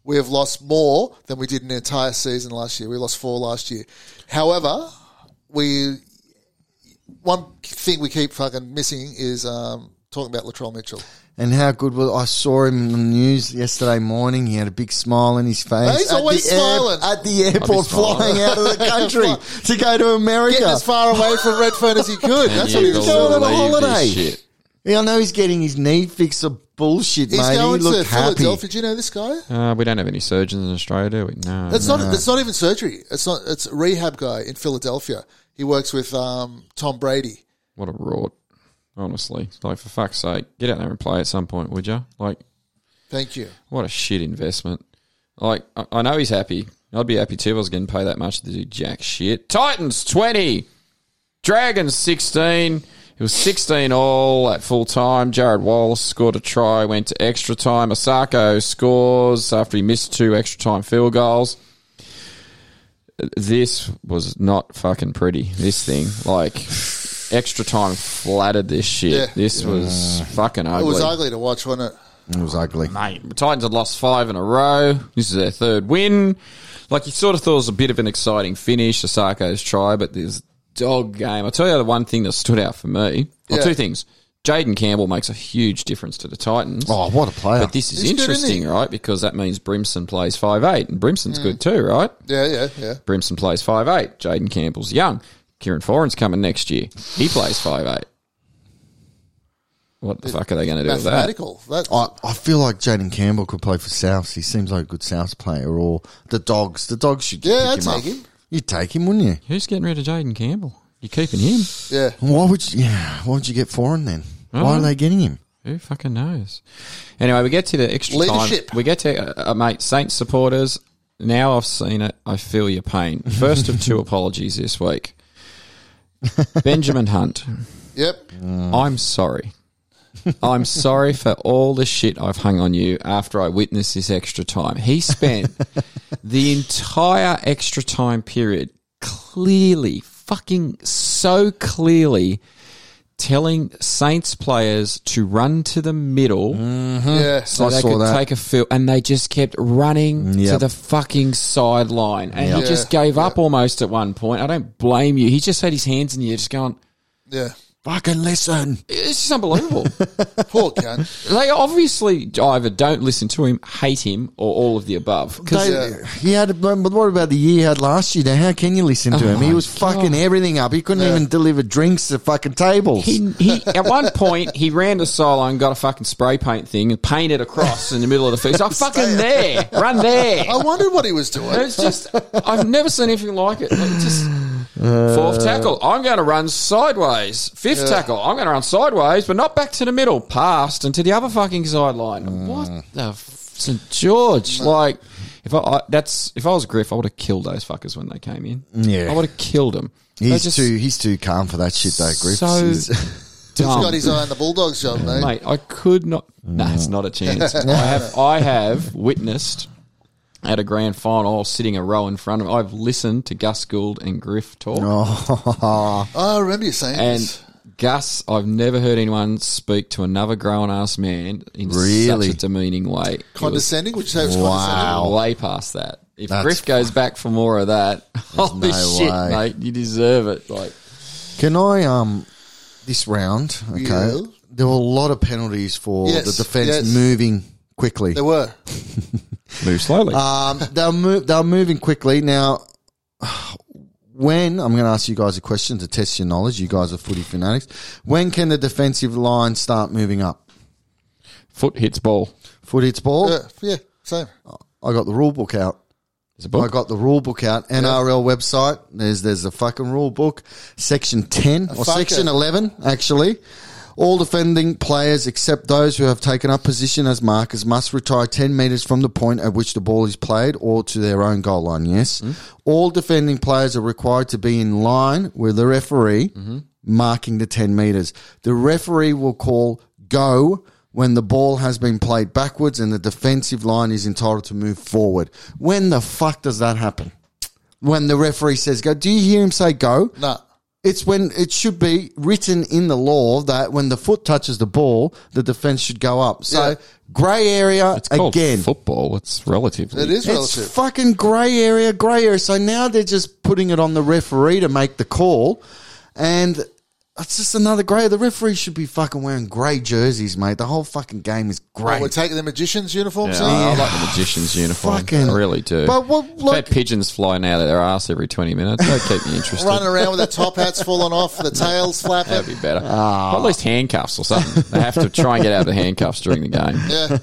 we have lost more than we did in the entire season last year. We lost four last year. However, we one thing we keep fucking missing is um, talking about Latrell Mitchell. and how good was I saw him on the news yesterday morning? He had a big smile on his face. He's always the air- smiling. at the airport, smiling. flying out of the country to go to America. Getting as far away from Redfern as he could. That's what he You was he's going on a believe this holiday. shit. Yeah, I know he's getting his knee fixed of bullshit, He's mate. going he looked to happy. Philadelphia. Do you know this guy? Uh, we don't have any surgeons in Australia, do we? No. That's not. It's not even surgery. It's not. It's a rehab guy in Philadelphia. He works with um, Tom Brady. What a rot. Honestly. It's Like, for fuck's sake, get out there and play at some point, would you? Like, Thank you. what a shit investment. Like, I, I know he's happy. I'd be happy too if I was getting paid that much to do jack shit. Titans 20, Dragons 16. It was 16 all at full time. Jared Wallace scored a try, went to extra time. Asako scores after he missed two extra time field goals. This was not fucking pretty. This thing, like, extra time flattered this shit. Yeah. This was fucking It ugly. was ugly to watch, wasn't it? It was ugly. Mate, Titans had lost five in a row. This is their third win. Like you sort of thought it was a bit of an exciting finish, Osako's try, but this dog game. I'll tell you the one thing that stood out for me. Well, Yeah. two things. Jaden Campbell makes a huge difference to the Titans. Oh, what a player! but this is He's good, isn't interesting, he? right? Because that means Brimson plays five eight, and Brimson's good too, right? Yeah, yeah, yeah. Brimson plays five eight. Jaden Campbell's young. Kieran Foran's coming next year. He plays five eight. What the fuck are they going to do with that? Mathematical. That, I, I feel like Jaden Campbell could play for Souths. He seems like a good Souths player. Or the Dogs. The Dogs should Yeah, I'd pick him take up. him. You'd take him, wouldn't you? Who's getting rid of Jaden Campbell? You're keeping him. yeah. Why would you? Yeah, why would you get foreign then? Why are they getting him? Who fucking knows? Anyway, we get to the extra Leadership. time. We get to, uh, uh, mate, Saints supporters. Now I've seen it. I feel your pain. First of two apologies this week. Benjamin Hunt, Yep. I'm sorry. I'm sorry for all the shit I've hung on you after I witnessed this extra time. He spent the entire extra time period clearly, fucking so clearly, telling Saints players to run to the middle Yeah. so I they saw could that. take a field, and they just kept running to Yep. the fucking sideline, and he Yeah. just gave up almost at one point. I don't blame you. He just had his hands in the air, just going. Yeah. Fucking listen. It's just unbelievable. Poor cunt. they obviously either don't listen to him, hate him, or all of the above. 'Cause- They, uh, He had, a- but what about the year he had last year? Now, how can you listen to him? He was fucking everything up. He couldn't even deliver drinks to fucking tables. He, he at one point he ran to silo and got a fucking spray paint thing and painted a cross in the middle of the field. He's like, fucking there, run there. I wondered what he was doing. It's just I've never seen anything like it. Like, just fourth tackle, I'm going to run sideways. Fifth tackle, I'm going to run sideways, but not back to the middle, past and to the other fucking sideline. Mm. What the f- St George? Like if I, I that's if I was Griff, I would have killed those fuckers when they came in. Yeah. I would have killed them. he's too. He's too calm for that shit, though. Griffiths. So- He's- He's got his eye on the Bulldogs job, mate. um, mate. I could not. No, it's not a chance. I have, I have witnessed at a grand final sitting a row in front of. I've listened to Gus Gould and Griff talk, Oh, Oh, I remember you saying and this. Gus, I've never heard anyone speak to another grown ass man in Really? such a demeaning way. It was Condescending, would you say it was condescending? way past that. If That's Griff goes back for more of that, holy no shit, way. mate, you deserve it. Like, Can I um this round? Okay, Yeah. there were a lot of penalties for Yes, the defense yes. moving quickly. There were. move slowly. Um, they'll move. They're moving quickly now. When I'm going to ask you guys a question to test your knowledge, you guys are footy fanatics. When can the defensive line start moving up? Foot hits ball. Foot hits ball. Yeah, yeah, same. I got the rule book out. It's a ball. I got the rule book out. NRL website. There's there's a fucking rule book, section ten or fucker. section eleven actually, All defending players except those who have taken up position as markers must retire 10 metres from the point at which the ball is played or to their own goal line, yes. All defending players are required to be in line with the referee marking the 10 metres. The referee will call go when the ball has been played backwards and the defensive line is entitled to move forward. When the fuck does that happen? When the referee says go, do you hear him say go? No. It's when it should be written in the law that when the foot touches the ball, the defense should go up. So Yeah. grey area It's called again. football. It's relatively. It is relative. It's fucking grey area, grey area. So now they're just putting it on the referee to make the call, and it's just another grey. The referee should be fucking wearing grey jerseys, mate. The whole fucking game is grey. Well, we're taking the magician's uniforms Yeah, now? I like the magician's uniform. Fucking- I really do. But what- If like- that pigeons fly now that their ass every twenty minutes. That keep me interested. Running around with their top hats falling off, the tails That'd flapping. be better. Ah. Or at least handcuffs or something. They have to try and get out of the handcuffs during the game. Yeah.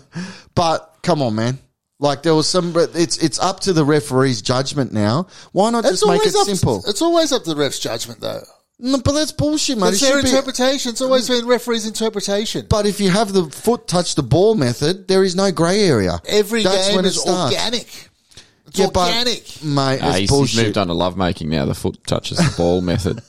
But come on, man. Like there was some, but it's it's up to the referee's judgment now. Why not just make it up simple? To, it's always up to the ref's judgment, though. No, but that's bullshit, mate. It's It their should be- interpretation. It's always been referees' interpretation. But if you have the foot touch the ball method, there is no grey area. Every That's game when is it starts. organic. It's Yeah, but, organic. mate. Nah, it's he's, he's bullshit. moved on to lovemaking now. The foot touches the ball method.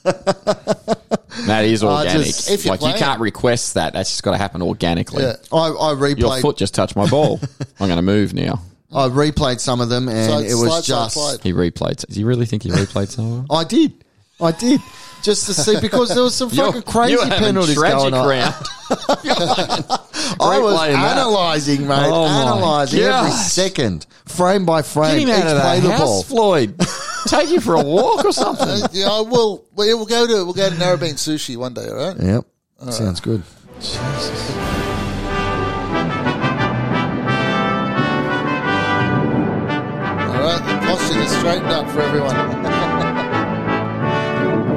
that is I organic. just- if you're like you playing- can't request that. That's just got to happen organically. Yeah. I, I Your replayed. foot just touched my ball. I'm going to move now. I replayed some of them, and So it it's was slide, slide, just. slide. He replayed. Do you really think he replayed some of them? I did, I did, just to see because there was some You're- fucking crazy you're having penalties tragic going on. round. I was replaying that. analysing, mate, Oh my analysing every gosh. second, frame by frame, Get him each out of play that the house, ball. Floyd. Take you for a walk or something. Uh, yeah, I will. Well, yeah, we'll go to we'll go to Narrabeen Sushi one day, all right? Yep, sounds good. All right, the posture is straightened up for everyone.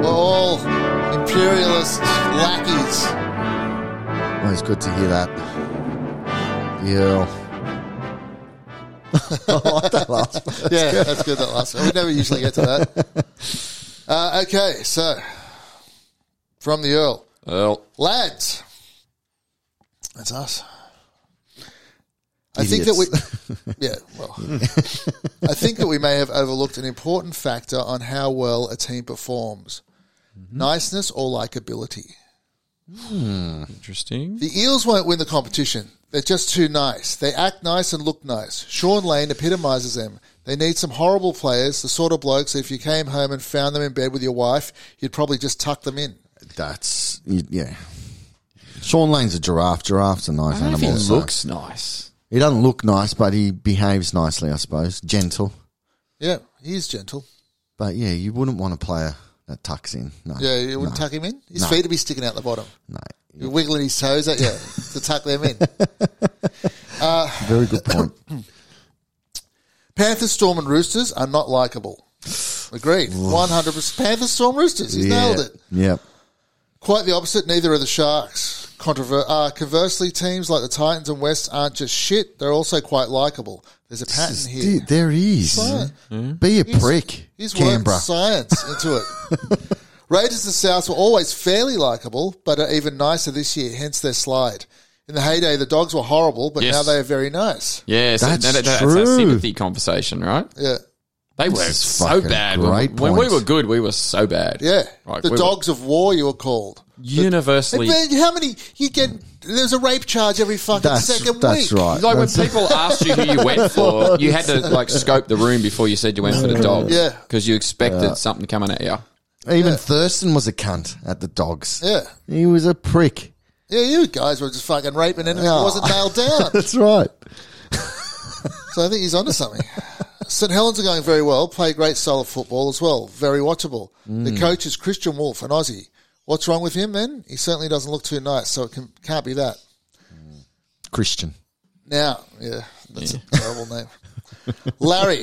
We're all imperialist lackeys. Well, it's good to hear that. Yeah. yeah, that's good. That last one. We never usually get to that. Uh, okay, so from the Earl, Well, lads, that's us. I think that we, yeah, well, I think that we may have overlooked an important factor on how well a team performs: niceness or likability. interesting. The Eels won't win the competition. They're just too nice. They act nice and look nice. Sean Lane epitomises them. They need some horrible players, the sort of blokes that if you came home and found them in bed with your wife, you'd probably just tuck them in. That's yeah. Sean Lane's a giraffe. Giraffes are nice I don't know if animals. he so- looks nice. He doesn't look nice, but he behaves nicely, I suppose. Gentle, Yeah, he's gentle. but yeah, you wouldn't want a player that tucks in. No. Yeah, you wouldn't no, tuck him in. His No. feet would be sticking out the bottom. No. You're wiggling his toes at you to tuck them in. Very good point. Panthers, Storm, and Roosters are not likable. Agreed. 100%. Panthers, Storm, Roosters. He's yeah. nailed it. Yep. Quite the opposite. Neither are the Sharks. Controver- uh, conversely, teams like the Titans and West aren't just shit. They're also quite likable. There's a pattern here. Dude, there he is. What? Be a prick, He's worked Canberra. science into it. Raiders and Souths were always fairly likable, but are even nicer this year, hence their slide. In the heyday, the dogs were horrible, but Yes. now they are very nice. Yeah, so That's that, that, that's true. our sympathy conversation, right? Yeah. They were is so fucking bad. When- great when, we points. were good, we were so bad. Yeah. Like, the we were dogs of war, you were called. universally. But how many? You get. There's a rape charge every fucking That's second that's week. right. Like when That's- people asked you who you went for, you had to like scope the room before you said you went for the dogs. Yeah. because you expected something coming at you. even Thurston was a cunt at the dogs. Yeah. He was a prick. Yeah, you guys were just fucking raping and it Yeah. wasn't nailed down. That's right. so I think he's onto something. St Helens are going very well, play great style of football as well, very watchable. The coach is Christian Wolf, an Aussie. What's wrong with him then? He certainly doesn't look too nice, so it can, can't be that. Christian. Now, yeah, that's a terrible name. Larry, I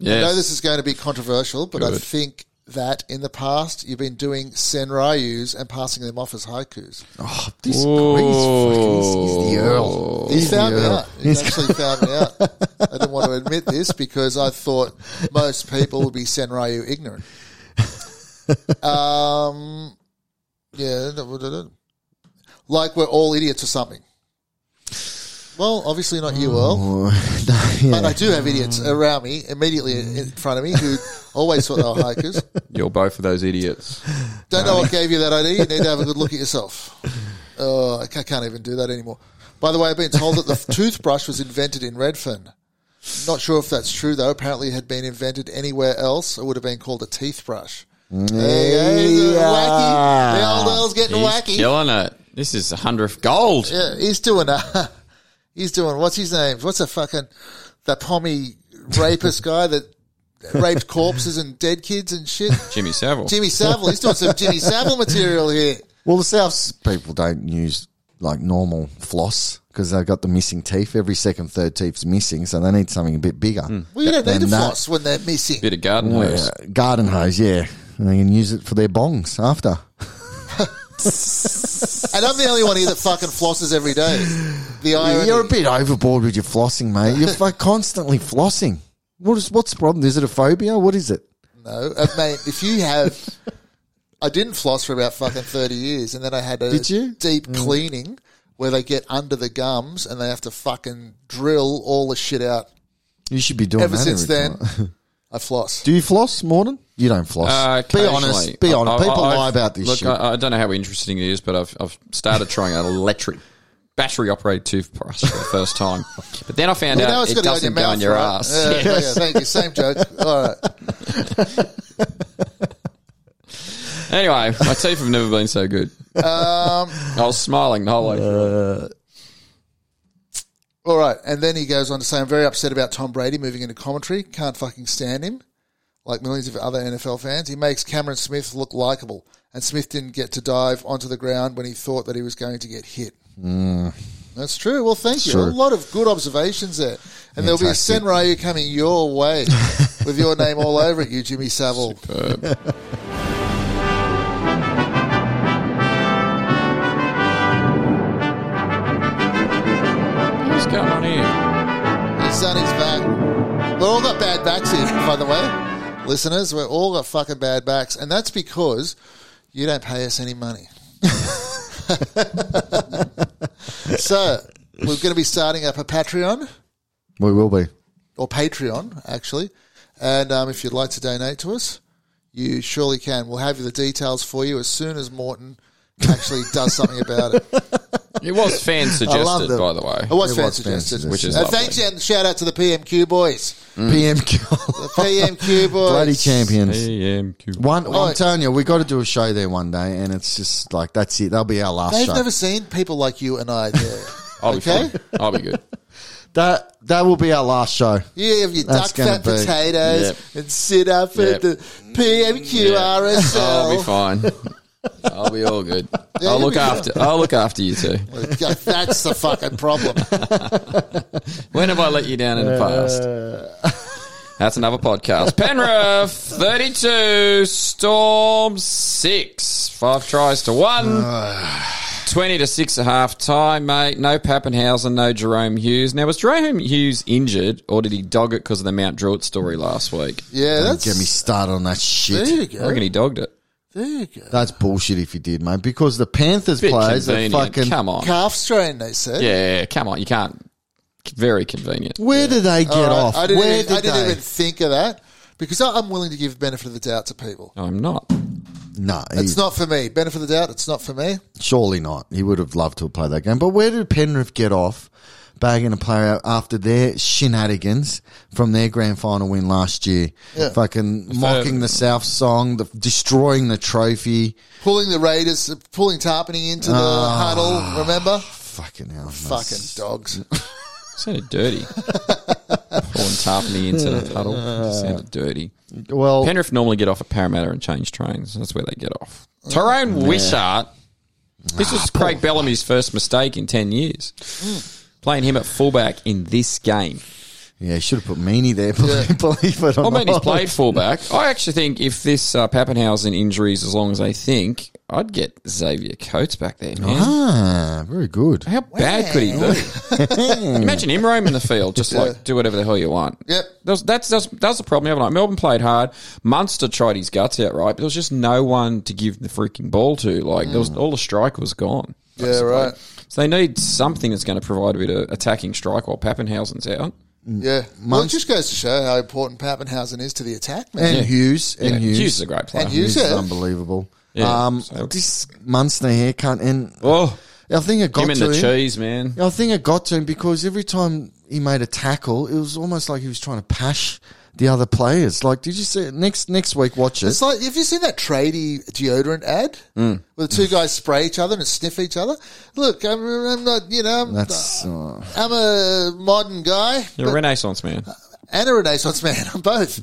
know Yes. this is going to be controversial, but I think that in the past you've been doing senryus and passing them off as haikus. Oh, this Greece fucking, he's the Earl. He found me Yeah. out. He actually found me out. I didn't want to admit this because I thought most people would be Senrayu ignorant. Um, yeah. da- da- da- da. like we're all idiots or something. Well, obviously not you, Oh, Earl. But I do have idiots around me, immediately in front of me, who always thought they were hikers. You're both of those idiots. Don't know what gave you that idea. You need to have a good look at yourself. Oh, I ca- can't even do that anymore. By the way, I've been told that the toothbrush was invented in Redfern. Not sure if that's true though. Apparently, it had been invented anywhere else. It would have been called a teeth brush. Hey, he's, uh, wacky. The old Earl's getting He's wacky. killing it. This is a hundredth gold. Yeah, he's doing a, he's doing what's his name? What's a fucking that pommy rapist guy that raped corpses and dead kids and shit? Jimmy Savile. Jimmy Savile. He's doing some Jimmy Savile material here. Well, the South's people don't use like normal floss because they've got the missing teeth. Every second, third teeth's missing, so they need something a bit bigger. Well, you don't Then need to that- floss when they're missing. Bit of garden Well, hose. yeah, garden hose, yeah. And they can use it for their bongs after. And I'm the only one here that fucking flosses every day. The irony. You're a bit overboard with your flossing, mate. You're like constantly flossing. What is, what's the problem? Is it a phobia? What is it? No, uh, mate. If you have, I didn't floss for about fucking thirty years, and then I had a Did you? Mm. deep cleaning where they get under the gums and they have to fucking drill all the shit out. You should be doing Ever that since every then, time. I floss. Do you floss, Morden? You don't floss. Uh, be occasionally. honest. Be honest. I- I- People I've- lie about this Look, uh, shit. I, I don't know how interesting it is, but I've, I've started trying an electric battery operated toothbrush for the first time. But then I found You know out it's it going to go in your doesn't go mouth, in your right? ass. Yeah, Yeah. yeah, thank you. Same joke. All right. Anyway, my teeth have never been so good. Um, I was smiling the whole way through. All right. And then he goes on to say, I'm very upset about Tom Brady moving into commentary. Can't fucking stand him. Like millions of other NFL fans, he makes Cameron Smith look likable. And Smith didn't get to dive onto the ground when he thought that he was going to get hit. That's true. Well, thank you. Mm. true. A lot of good observations there. And there'll be a Fantastic. Sen Ryu coming your way with your name all over it, you Jimmy Savile. What's going on here? His son is back. We've all got bad backs here, by the way. Listeners, we've all got fucking bad backs. And that's because you don't pay us any money. so, we're going to be starting up a Patreon, we will be. or Patreon, actually. And um, if you'd like to donate to us, you surely can. We'll have the details for you as soon as Morton actually does something about it. It was I fan love suggested, that. by the way. It was It fan was fan suggested. Which is Uh, lovely. thanks and shout out to the PMQ boys. Mm. PMQ. The PMQ boys. Bloody champions. E AMQ. One, Oh, I'm telling you, we got to do a show there one day, and it's just like that's it. That'll be our last They've show. never seen people like you and I there. I'll be Okay. fine. I'll be good. that that will be our last show. You have your That's duck fat gonna be- potatoes Yep. and sit up Yep. at the I'll be Oh, PMQRSL. fine. I'll be all good. I'll you'll look be fine. after. I'll look after you too. Yeah, That's the fucking problem. When have I let you down in the past? That's another podcast. Penrith 32, Storm 6. Five tries to one. 20 to 6 at half time, mate. No Pappenhausen, no Jerome Hughes. Now, was Jerome Hughes injured or did he dog it because of the Mount Druitt story last week? Yeah, Don't that's get me started on that there you shit. I go. reckon he dogged it. There you go. That's bullshit if you did, mate. Because the Panthers Bit players are convenient. fucking. come on. Calf strain, they said. Yeah, come on. You can't. Very convenient. Where do they get All right, off? I didn't, Where even, did I didn't they? even think of that because I- I'm willing to give benefit of the doubt to people. No, I'm not. No, It's he- not for me. Benefit of the doubt, it's not for me. surely not. He would have loved to have played that game. But where did Penrith get off bagging a player after their shenanigans from their grand final win last year? Fucking mocking the South song, the, destroying the trophy. Pulling the Raiders, pulling Tarpany into the Ah. huddle, remember? Fucking hell. mate. Fucking dogs. Sounded dirty. Pulling Tarpany into the puddle. Sounded dirty. Uh, Well, Penrith normally get off at Parramatta and change trains. That's where they get off. Tyrone Wishart. This Ah, was Craig Bellamy's first mistake in 10 years. Playing him at fullback in this game. yeah, you should have put Meanie there. Believe, believe it or I not. mean, he's played fullback. I actually think if this uh, Pappenhausen injury is as long as they think, I'd get Xavier Coates back there, man. Ah, very good. How bad could he be? Mm. Imagine him roaming the field, just like do whatever the hell you want. Yep. That was, that's, that's, that was the problem the other night. Melbourne played hard. Munster tried Mm. his guts out, right? But there was just no one to give the freaking ball to. Like, there was, all the strike was gone. Yeah, right. So they need something that's going to provide a bit of attacking strike while Pappenhausen's out. Yeah. Well, it just goes to show how important Pappenhausen is to the attack, man. And Hughes. And Yeah, Hughes. Hughes is a great player. And Hughes, Hughes is yeah. unbelievable. Yeah, um, so- This Munster here can't end. Oh, I think it got him and to the him. cheese, man. I think it got to him because every time he made a tackle, it was almost like he was trying to pash the other players. Like, did you see it? Next, next week, watch it. It's like, have you seen that tradie deodorant ad Mm. where the two guys spray each other and sniff each other? Look, I'm, I'm not, you know, I'm, That's. Uh, I'm a modern guy You're a renaissance man. and a Renaissance man. I'm both.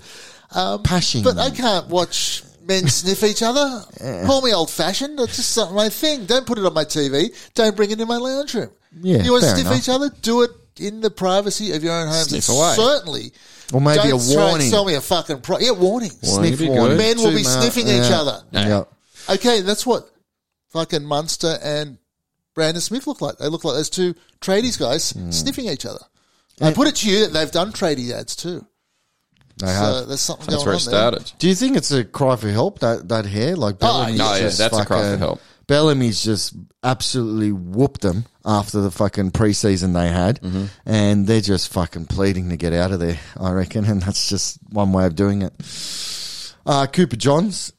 Um, pashing. But I can't watch men sniff each other. Call me old fashioned. That's just not my thing. Don't put it on my TV. Don't bring it in my lounge room. Yeah, you want to fair sniff enough. each other? Do it in the privacy of your own home. Sniff And away. Certainly. Or maybe don't a try and warning. sell me a fucking pro- yeah warning. Warning would be warning. good. Men will Too be much. sniffing each Yeah. other. Yeah. Okay, that's what fucking Munster and Brandon Smith look like. They look like those two tradies guys sniffing each other. I put it to you that they've done tradie ads too. They So have. there's something That's going where on it started. Do you think it's a cry for help that that hair? Like Ah, Bellamy's no, yeah, just that's a cry for fucking- help. Bellamy's just absolutely whooped them after the fucking preseason they had, Mm-hmm. and they're just fucking pleading to get out of there. I reckon, and that's just one way of doing it. Uh, Cooper Johns,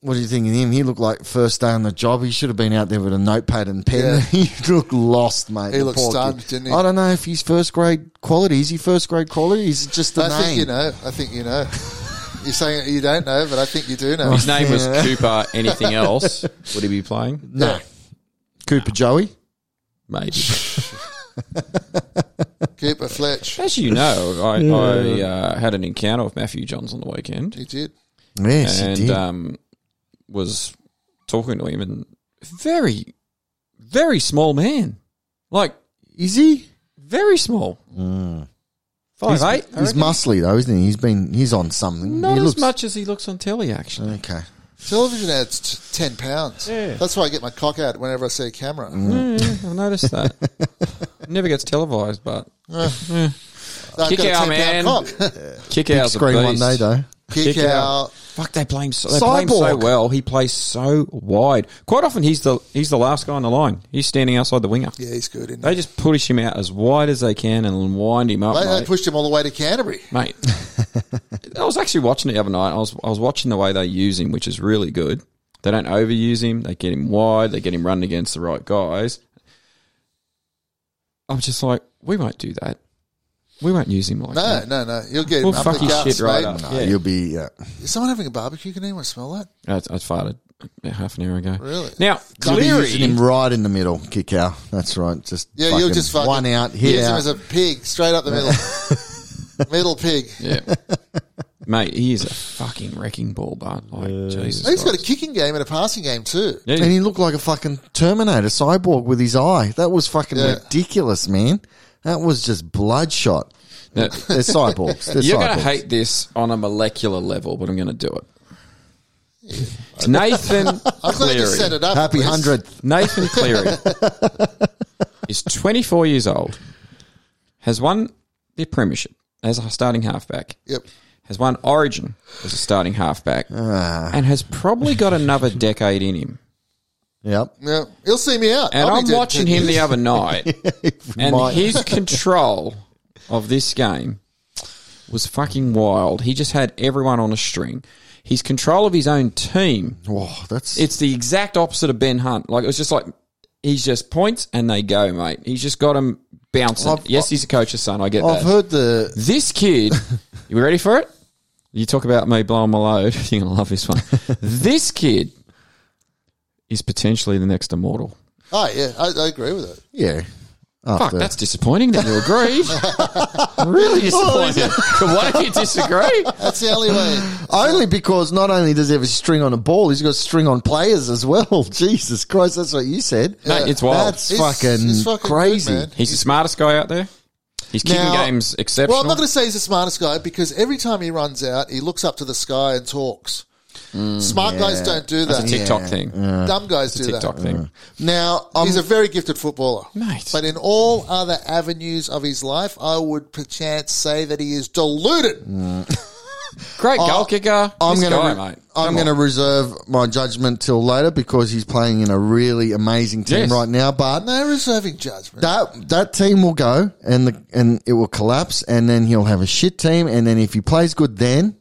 what do you think of him? He looked like first day on the job. He should have been out there with a notepad and pen. Yeah. he looked lost, mate. He the looked poor stunned, kid. didn't he? I don't know if he's first grade quality. Is he first grade quality? Is it just the I name? think you know. I think you know. You're saying you don't know, but I think you do know. His name was Cooper. Anything else? Would he be playing? No. Cooper Joey. Maybe. Cooper Fletch. As you know, I, I uh, had an encounter with Matthew Johns on the weekend. He did. Yes, he and did. um, was talking to him and very, very small man, like Is he? Mm. very small, five He's, eight. I he's reckon. muscly though, isn't he? He's been he's on something. not he as looks, much as he looks on telly. Actually, Okay. Television ads t- ten pounds. Yeah. That's why I get my cock out whenever I see a camera. Yeah, I've noticed that. It never gets televised, but I've Kick got a out, 10 pound cock. kick Big out screen one day though. Kick, Kick out. out. Fuck, they blame so, they play him so Cyborg. well. He plays so wide. Quite often, he's the he's the last guy on the line. He's standing outside the winger. Yeah, he's good. Isn't They he? just push him out as wide as they can and wind him up. They, they mate. pushed him all the way to Canterbury. mate. I was actually watching it the other night. I was I was watching the way they use him, which is really good. They don't overuse him. They get him wide. They get him running against the right guys. I'm just like, we won't do that. We won't use him like No, that. no, no. You'll get him We'll up fuck the his guts, shit right mate. up. No, Oh, Yeah. you'll be uh, Is someone having a barbecue? Can anyone smell that? I, I farted about half an hour ago. Really? Now you'll be using him Cleary, right in the middle, kick out. That's right. Just Yeah, you'll just fucking one out, hit Use him out. as a pig, straight up the middle. middle pig. yeah, mate, he is a fucking wrecking ball, bud. Like Jesus, He's got a Christ. kicking game and a passing game too. Yeah, and he looked like a fucking Terminator cyborg with his eye. That was fucking Yeah. ridiculous, man. That was just bloodshot. no, They're cyborgs. They're You're cyborgs. going to hate this on a molecular level, but I'm going to do it. It's Nathan I'm glad you set Cleary. it up. Happy Chris. hundredth. Nathan Cleary is 24 years old, has won the premiership as a starting halfback, Yep. has won Origin as a starting halfback, Ah. and has probably got another decade in him. Yep. Yeah, he'll see me out. And I'll be I'm dead in watching 10 him the years. other night, and Might- his control of this game was fucking wild. He just had everyone on a string. His control of his own team, Whoa, Oh, that's it's the exact opposite of Ben Hunt. Like, it was just like, he's just points and they go, mate. He's just got him bouncing. I've- yes, he's a coach's son. I get I've that. heard the This kid, you ready for it? You talk about me blowing my load. You're going to love this one. this kid is potentially the next immortal. Oh yeah, I, I agree with it. yeah. Fuck, After- that's disappointing that you agree. really disappointing. Why do you disagree? That's the only way. Only because not only does he have a string on a ball, he's got a string on players as well. Jesus Christ, that's what you said. Mate, it's wild. That's He's- fucking, he's fucking crazy. good, man. He's the smartest guy out there. His kicking Now- game's exceptional. Well, I'm not going to say he's the smartest guy because every time he runs out, he looks up to the sky and talks. Smart guys don't do Mm, That's that. a TikTok thing. Dumb guys It's a do TikTok that. thing. Now, he's a very gifted footballer. um, Mate. But in all other Mm. avenues of his life, I would perchance say that he is deluded. Great goal I- kicker. I'm This going to guy, mate. I'm Come going to on. reserve my judgment till later because he's playing in a really amazing team Yes. right now. But No reserving judgment. that that team will go and the and it will collapse, and then he'll have a shit team, and then if he plays good, then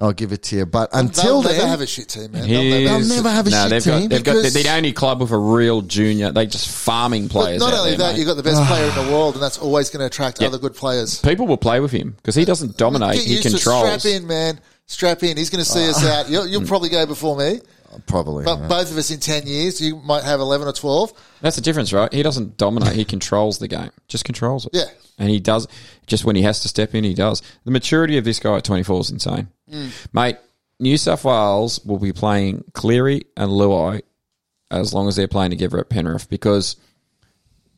I'll give it to you. But until They'll then, never have a shit team, man. They'll Here's- never- They'll never have a no, shit they've team Got, they've got, because- they're the only club with a real junior. They just farming But players. not out only there, that, mate. you've got the best player in the world, and that's always going to attract Yeah. other good players. people will play with him because he doesn't dominate. Get He used to controls. Mm. strap in, man. Strap in. He's going to see us out. You'll, you'll probably go before me, probably. but yeah. both of us in ten years, you might have eleven or twelve. That's the difference, right? He doesn't dominate. He controls the game. Just controls it. Yeah. And he does just when he has to step in, he does. The maturity of this guy at 24 is insane, mate. New South Wales will be playing Cleary and Luai as long as they're playing together at Penrith because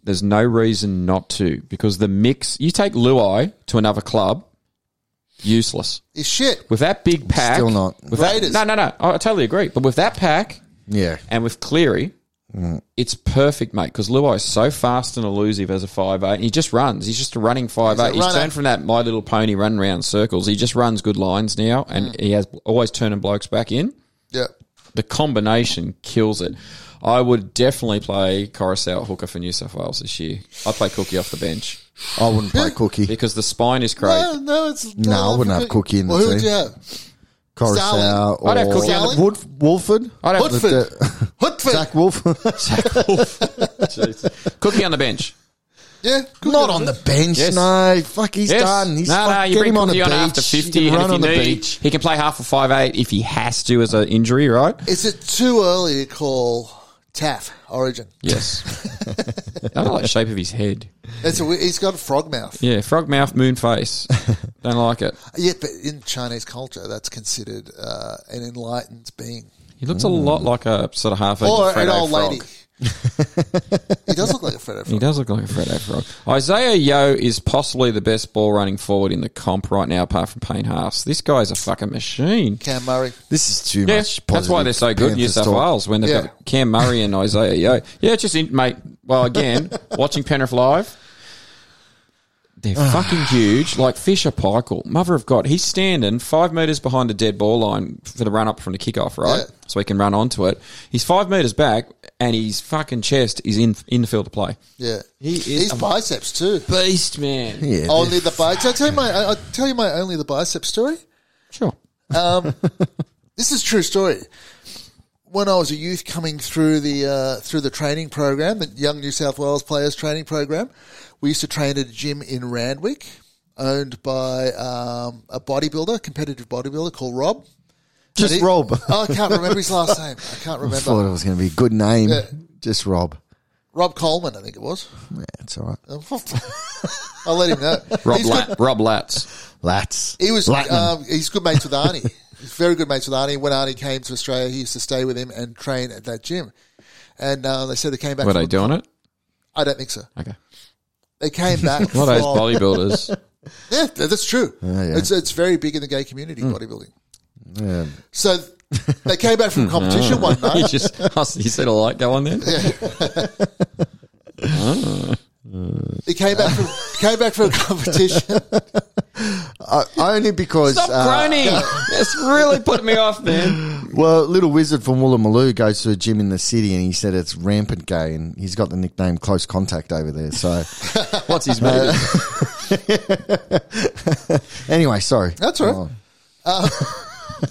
there's no reason not to. Because the mix, you take Luai to another club, useless. Is shit. With that big pack, Still not. With that- Raiders. no, no, no. I I totally agree. But with that pack, yeah. and with Cleary, Mm. it's perfect, mate, because Luai is so fast and elusive as a 5'8. He just runs. He's just a running 5'8. He's, runner. turned from that My Little Pony run round circles. He just runs good lines now, and Mm. he has always turning blokes back in. Yeah. The combination kills it. I would definitely play Coruscant hooker for New South Wales this year. I play Cookie off the bench I wouldn't play Cookie. because the spine is great. No, no, it's No, I wouldn't have Cookie in the well, who would team. you have? Coruscant or I'd have Cookie on the- Wood- Wolford. I'd have- The- Hoodford. Zach Wolford. Cookie on the bench. Yeah, good Not guy. on the bench. Yes. No, fuck, he's Yes. done. He's no, fuck, no, you get bring him on the Cookie beach. on after he 50 can and run if he on the need, beach. he can play half a 5'8 if he has to as an injury, right? Is it too early to call Taff Origin? Yes. I don't like the shape of his head. It's a, he's got a frog mouth. Yeah, frog mouth, moon face. Don't like it. Yeah, but in Chinese culture, that's considered uh, an enlightened being He looks a lot like a sort of half or Fredo an old frog. lady. he does look like a Fredo He frog. does look like a Fredo frog. Isaiah Yo is possibly the best ball running forward in the comp right now, apart from Payne Haas. This guy's a fucking machine. Cam Murray. This is too Yeah, much. that's why they're so good, New Panthers South talk. Wales, when they've Yeah. got Cam Murray and Isaiah Yo. Yeah, it's just, in, mate, well, again, watching Penrith Live, they're Ah. fucking huge. Like Fisher Paykel, mother of God, he's standing five metres behind the dead ball line for the run up from the kickoff, right? Yeah. So he can run onto it. He's five metres back, and his fucking chest is in, in the field of play. Yeah, He is He's a- biceps too. Beast, man. Yeah, Only the biceps. I tell you my, I I'll tell you my only the bicep story. Sure. This is a true story. When I was a youth coming through the uh, through the training program, the Young New South Wales Players Training Program, we used to train at a gym in Randwick, owned by um, a bodybuilder, competitive bodybuilder called Rob. just And he- Rob. I Oh, I can't remember his last name. I can't thought it remember. was going to be a good name. Yeah. Just Rob. Rob Coleman, I think it was. Yeah, it's all right. I'll let him know. Rob, He's Lat- good- Rob Lats. Lats. He was. Latin. Um, he's good mates with Arnie. he's very good mates with Arnie. When Arnie came to Australia, he used to stay with him and train at that gym. And uh, they said they came back. Were from they the- doing it? I don't think so. Okay. They came back. One of those Oh, from- bodybuilders. Yeah, that's true. yeah. It's it's very big in the gay community Hmm. bodybuilding. yeah. So they came back from competition one he night. just, you see the light go on there? They came back from came back from a competition. Uh, only because. Stop uh, groaning. That's really putting me off, man. Well, little wizard from Woolloomooloo goes to a gym in the city, and he said it's rampant gay, and he's got the nickname "Close Contact" over there. So, What's his mate? Uh, anyway, sorry. That's all right. Oh,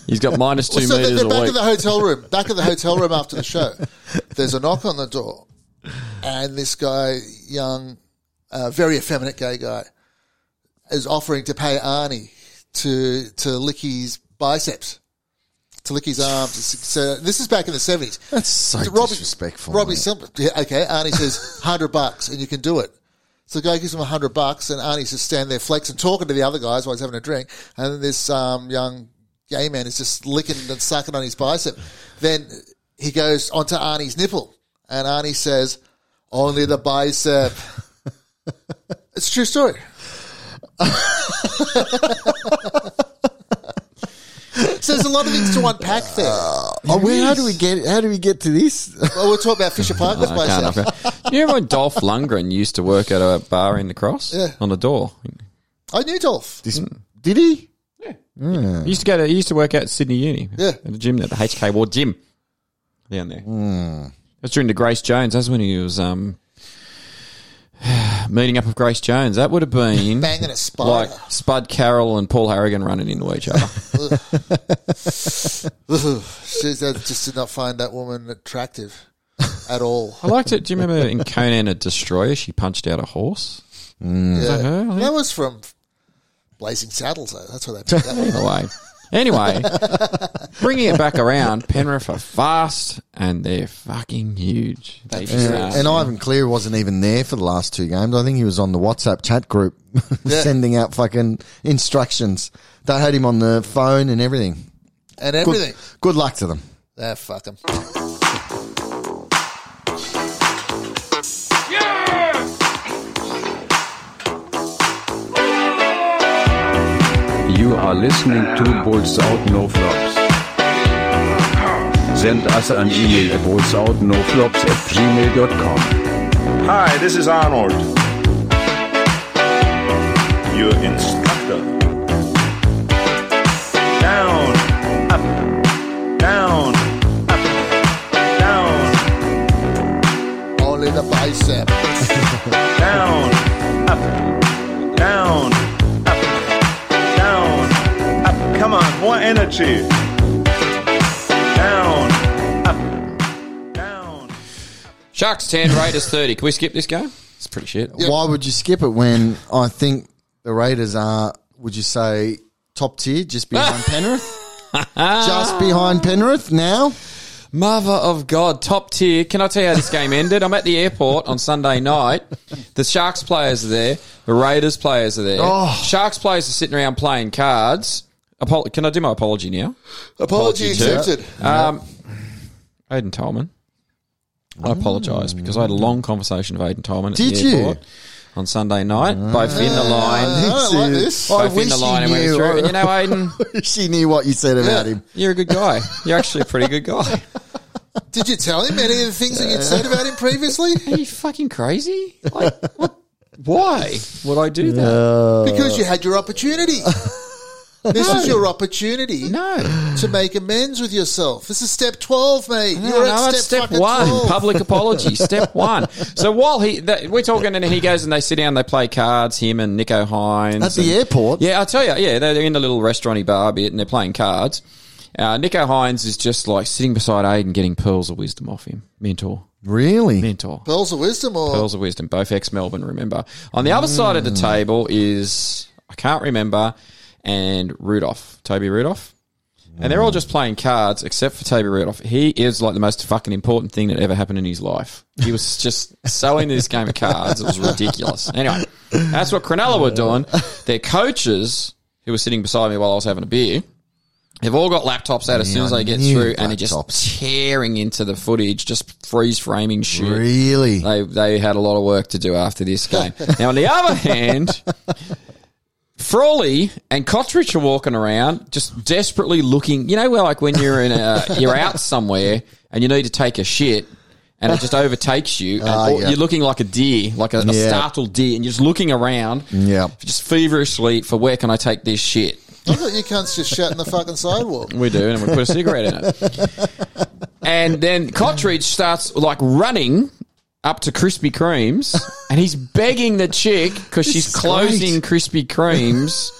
He's got minus two so they're, meters they're a back in week. the hotel room. Back in the hotel room after the show. There's a knock on the door, and this guy, young, uh, very effeminate gay guy, is offering to pay Arnie to to lick his biceps, to lick his arms. So this is back in the seventies. that's so So Robbie- disrespectful. Robbie mate. Simple. Yeah, okay, Arnie says, 100 bucks and you can do it. So the guy gives him 100 bucks and Arnie's just standing there flexing, talking to the other guys while he's having a drink. And then this um, young gay man is just licking and sucking on his bicep. Then he goes onto Arnie's nipple and Arnie says, only the bicep. it's a true story. so there's a lot of things to unpack there. Oh, where, how do we get? How do we get to this? Well, we'll talk about Fisher Parker's I can't bicep. help it. You remember when Dolph Lundgren used to work at a bar in the cross Yeah. on the door? I knew Oh, Dolph. This, did he? He used to go to. He used to work out at Sydney Uni. Hmm. Yeah. at the gym at the HK Ward gym down there. Hmm. That's during the Grace Jones. That's when he was um meeting up with Grace Jones. That would have been Banging a spider. like Spud Carroll and Paul Harrigan running into each other. She's, I just did not find that woman attractive at all. I liked it. Do you remember in Conan a Destroyer? She punched out a horse. Yeah. her, Mm-hmm. I think? That was from Blazing Saddles, though. That's where they picked that one. up. away. Anyway, bringing it back around, Penrith are fast and they're fucking huge. They just And, are. and Ivan Clear wasn't even there for the last two games. I think he was on the WhatsApp chat group sending out fucking instructions. They had him on the phone and everything. And Good- everything. good luck to them. Ah, fuck 'em. You are listening to Balls Out No Flops. Send us an email at ballsoutnoflops at gmail.com. Hi, this is Arnold, your instructor. Down, up, down, up, down, Only the bicep. down, up, down, up, down, up. Come on, more energy. Down, up, down. Sharks 10, Raiders 30. Can we skip this game? It's pretty shit. Why would you skip it when I think the Raiders are, would you say, top tier, just behind Penrith? just behind Penrith now? Mother of God, top tier. Can I tell you how this game ended? I'm at the airport on Sunday night. The Sharks players are there. The Raiders players are there. Oh. Sharks players are sitting around playing cards. Apo- Can I do my apology now? Apology accepted. Um, Aidan Tolman. I apologise because I had a long conversation with Aidan Tolman at Did the you? Ah. airport on Sunday night, both in the I line. don't like this. I Both in wish the line he and went knew. through. And you know, Aidan, she knew what you said about him. you're a good guy. You're actually a pretty good guy. Did you tell him any of the things that you'd said about him previously? Are you fucking crazy? Like, what? Why would I do that? Because you had your opportunity. This is your opportunity No. to make amends with yourself. This is step 12, mate. No, You're no, at step, that's step fucking one. 12. Public apology. Step one. So while he, that, we're talking, and he goes and they sit down, they play cards. Him and Nico Hines At the and- airport? Yeah, I tell you, yeah, they're in the little restauranty bar bit, and they're playing cards. Uh, Nico Hines is just like sitting beside Aiden, getting pearls of wisdom off him. Mentor, Really? mentor. Pearls of wisdom or Pearls of Wisdom, both ex Melbourne, remember. On the other side Hmm. of the table is, I can't remember, and Rudolph, Toby Rudolph. And they're all just playing cards except for Toby Rudolph. He is like the most fucking important thing that ever happened in his life. He was just so into this game of cards. It was ridiculous. Anyway, that's what Cronulla were doing. Their coaches, who were sitting beside me while I was having a beer, They've all got laptops out as soon as I they get knew through, and they're laptops. just tearing into the footage, just freeze framing shit. Really? They they had a lot of work to do after this game. now, on the other hand, Frawley and Cottridge are walking around, just desperately looking. You know, where like when you're in a you're out somewhere and you need to take a shit. And it just overtakes you, and Ah, all- yeah. you're looking like a deer, like a, a Yeah. startled deer, and you're just looking around, Yeah. just feverishly for where can I take this shit? I thought you cunts just shut in the fucking sidewalk. We do, and we put a cigarette in it. And then Cottridge starts like running up to Krispy Kreme's, and he's begging the chick because she's is closing Krispy Kreme's.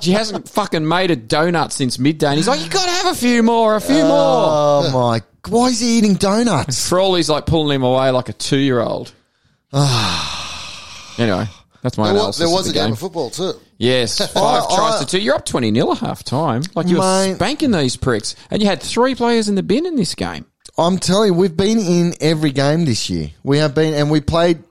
She hasn't fucking made a donut since midday, and he's like, "You gotta have a few more, a few more." Uh. Oh my! Why is he eating donuts? Frawley's like pulling him away like a two-year-old. anyway, that's my There was, analysis. there of was the a game game. of football too. Yes, five tries to two. You're up twenty nil at half time. Like you were Mate. spanking these pricks, and you had three players in the bin in this game. I'm telling you, we've been in every game this year. We have been, and we played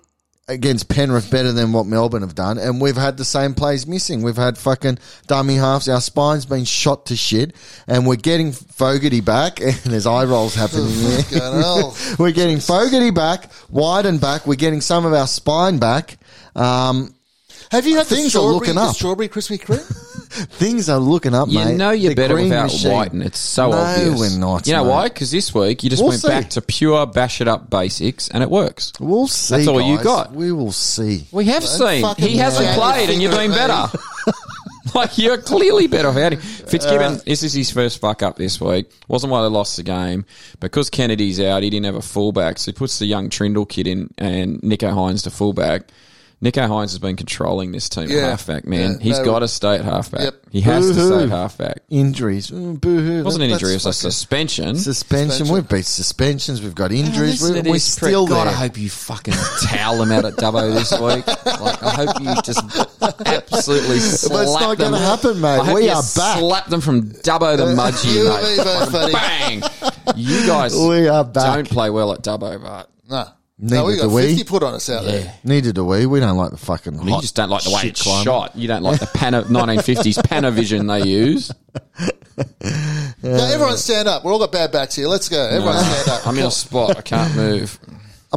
against Penrith better than what Melbourne have done, and we've had the same plays missing. We've had fucking dummy halves. Our spine's been shot to shit, and we're getting Fogarty back, and there's eye rolls happening there. Fucking hell. We're getting Fogarty back, Wyden back. We're getting some of our spine back. Um, Have you had the Things are strawberry- looking the up. strawberry Krispy Kreme? things are looking up, You mate. know you're The better green without machine. Whiten. It's so No, obvious. we're not, You know mate. why? Because this week you just We'll went see. back to pure bash it up basics, and it works. We'll see. That's all you guys. got. We will see. We have seen fucking he hasn't yeah. played, and you've been better. like you're clearly better off. How do- Uh, Fitzgibbon, this is his first fuck up this week. Wasn't why they lost the game because Kennedy's out. He didn't have a fullback, so he puts the young Trindle kid in and Nico Hines to fullback. Nico Hines has been controlling this team Yeah. at halfback. Man, Yeah, he's they got were- to stay at halfback. Yep. He has to stay Boo-hoo. at halfback. Injuries. Mm, boo-hoo. It wasn't an That- injury; it that's was a fucking- suspension. Suspension. We've beat suspensions. We've got injuries. listen We- to we're this prick. still there. God, I hope you fucking towel them out at Dubbo this week. Like, I hope you just absolutely That's slap not them. gonna happen, mate. I hope We you are back. Uh, Slap them from Dubbo to Mudgee, You and mate. me both, buddy. Bang! You guys We are back. don't play well at Dubbo, but No. Neither No, we got do we. 50 put on us out there. Neither do we. We don't like the fucking hot you just don't like the way shit it's climate. shot. You don't like the Pana- 1950s Panavision they use. Now, everyone stand up. We've all got bad backs here. Let's go. Everyone stand up. I'm in a spot. I can't move.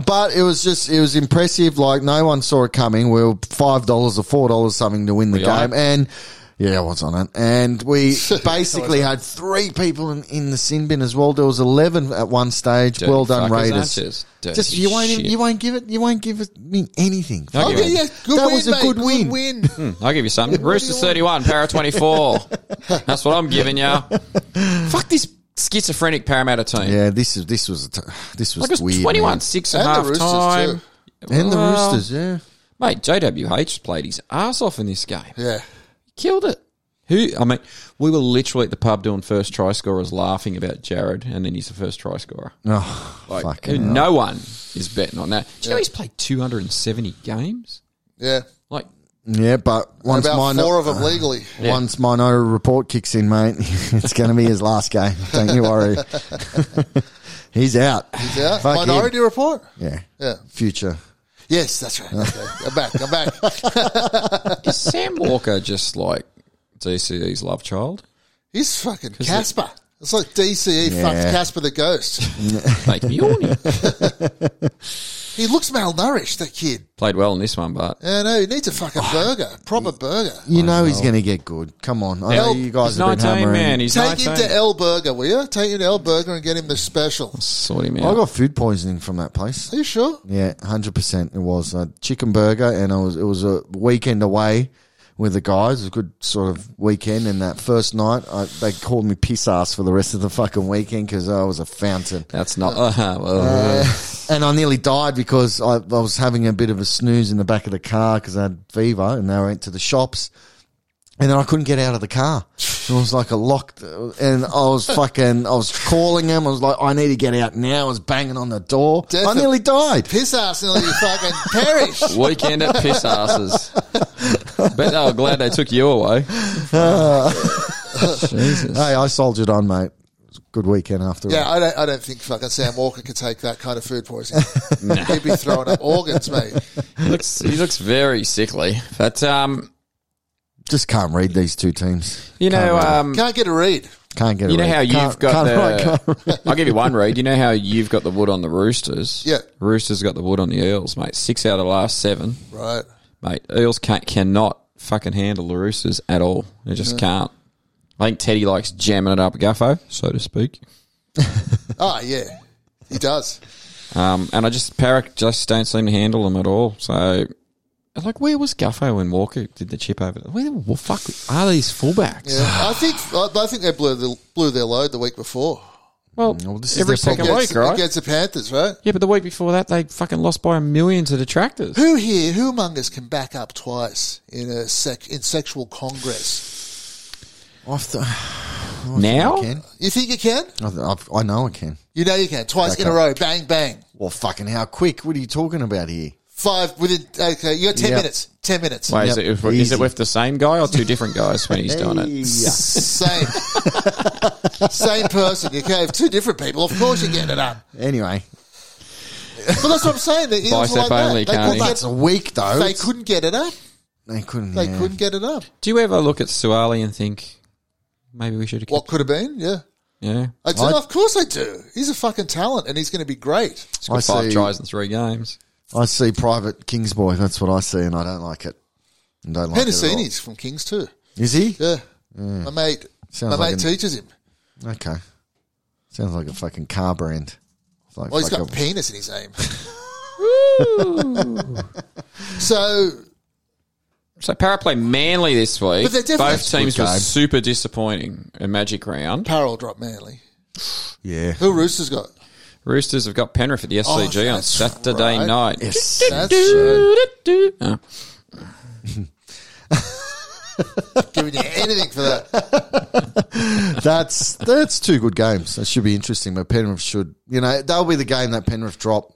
But it was just it was impressive. Like no one saw it coming. We were five dollars or four dollars something to win the Were you on game, it? and yeah, I was on it. And we basically had three people in, in the sin bin as well. There was eleven at one stage. Dirty well done, fuckers, Raiders. aren't yous? Dirty Just you won't even, shit. you won't give it you won't give it me anything. I'll give Okay, you- yeah, good That win, was a mate. good win. win. I'll give you something. Roosters 31, Para 24. That's what I'm giving you. Fuck this schizophrenic Parramatta team. Yeah, this is this was a t- this was Like it was weird. 21 man. 6 at And the half Roosters, time. and the Well, Roosters. Yeah, Mate, JWH played his ass off in this game. Yeah. Killed it. Who? I mean, we were literally at the pub doing first try scorers laughing about Jared, and then he's the first try scorer. oh, Like, fucking who- hell. no one is betting on that. Do you know he's played 270 games? Yeah. Like, yeah. But once About mine four of them legally. Once Minority Report kicks in, mate, it's going to be his last game. Don't you worry. He's out. He's Yeah. Fuck Minority him. report? Yeah. Yeah. Future. Yes, that's right. Okay. I'm back. I'm back. is Sam Walker just like DCE's love child? He's fucking Casper. It's like DCE fucked Casper the Ghost. Make me horny. He looks malnourished, that kid. Played well in this one, but Yeah, no, he needs a fucking burger, proper burger. You know he's going to get good. Come on. I know Well, you guys he's have been 19, hammering. man. He's Take 19. him to L Burger, will you? Take him to L Burger and get him the special. sort him I out. got food poisoning from that place. Are you sure? Yeah, hundred percent. It was a chicken burger, and I was it was a weekend away with the guys. It was a good sort of weekend, and that first night I, they called me piss ass for the rest of the fucking weekend because I was a fountain. That's not. Uh, well, and I nearly died because I, I was having a bit of a snooze in the back of the car because I had fever, and they went to the shops, and then I couldn't get out of the car. It was like a locked, and I was fucking, I was calling them. I was like, I need to get out now. I was banging on the door. I Definite- nearly died. Piss ass until you fucking perish. Weekend at piss asses. Bet they were glad they took you away. Uh. Jesus. Hey, I soldiered on, mate. It was a good weekend after. Yeah, I don't, I don't think fucking Sam Walker could take that kind of food poisoning. He'd be throwing up organs, mate. He looks, he looks very sickly. But, um, Just can't read these two teams. you know, um, Can't get a read. Can't get. a you know read. how Can't- you've got can't write, can't read. the. I'll give you one read. You know how you've got the wood on the Roosters? Yeah. Roosters got the wood on the Eels, mate. Six out of the last seven. Right. Mate, Eels can't, cannot fucking handle the Roosters at all. They just can't. I think Teddy likes jamming it up Guffo, so to speak. Oh, yeah. He does. Um, and I just Parrot just don't seem to handle them at all. So, like, where was Guffo when Walker did the chip over? Where the well, fuck are these fullbacks? Yeah. I think I I think they blew, the, blew their load the week before. Well, this is every their second Against- week, right? Against the Panthers, right? yeah, but the week before that, they fucking lost by a million to the Tractors. Who here, who among us can back up twice in a sec, in sexual congress? I've th- now, I can. You think you can? I've, I've, I know I can. You know you can. Twice Back in a up. row. Bang, bang. Well, fucking how quick? What are you talking about here? Five within, okay, you got 10 Yeah. minutes. 10 minutes. wait, is, Yep, it, is it easy. with the same guy or two different guys when he's doing Hey. it? Same. Same person. You can have two different people. Of course you get it up. Anyway, But that's what I'm saying. The Eels were Bicep like that. only, They, can't couldn't he? get, it's a week though. they It's- couldn't get it up. They couldn't. They yeah. couldn't get it up. Do you ever look at Suwali and think maybe we should? have What kept- could have been, yeah. Yeah, I do, I- of course I do. He's a fucking talent and he's going to be great. He's I got five see- tries in three games. I see Private Kingsboy. That's what I see, and I don't like it. I don't like Hennessini's from Kings too. it. at all. Is he? Yeah. My mate, Sounds my like mate an- teaches him. Okay. Sounds like a fucking car brand. It's Like Well, Oh, he's fuck got a- penis in his name. so, So Para play Manly this week. But they're definitely- Both teams Good were game. super disappointing in Magic Round. Parrell dropped Manly. Yeah. Who Roosters got? Roosters have got Penrith at the SCG on Oh, that's Saturday right. night. Yes, Do, uh, that's do, do, do. Oh. Giving you anything for that. that's that's two good games. That should be interesting. But Penrith should, you know, that'll be the game that Penrith drop.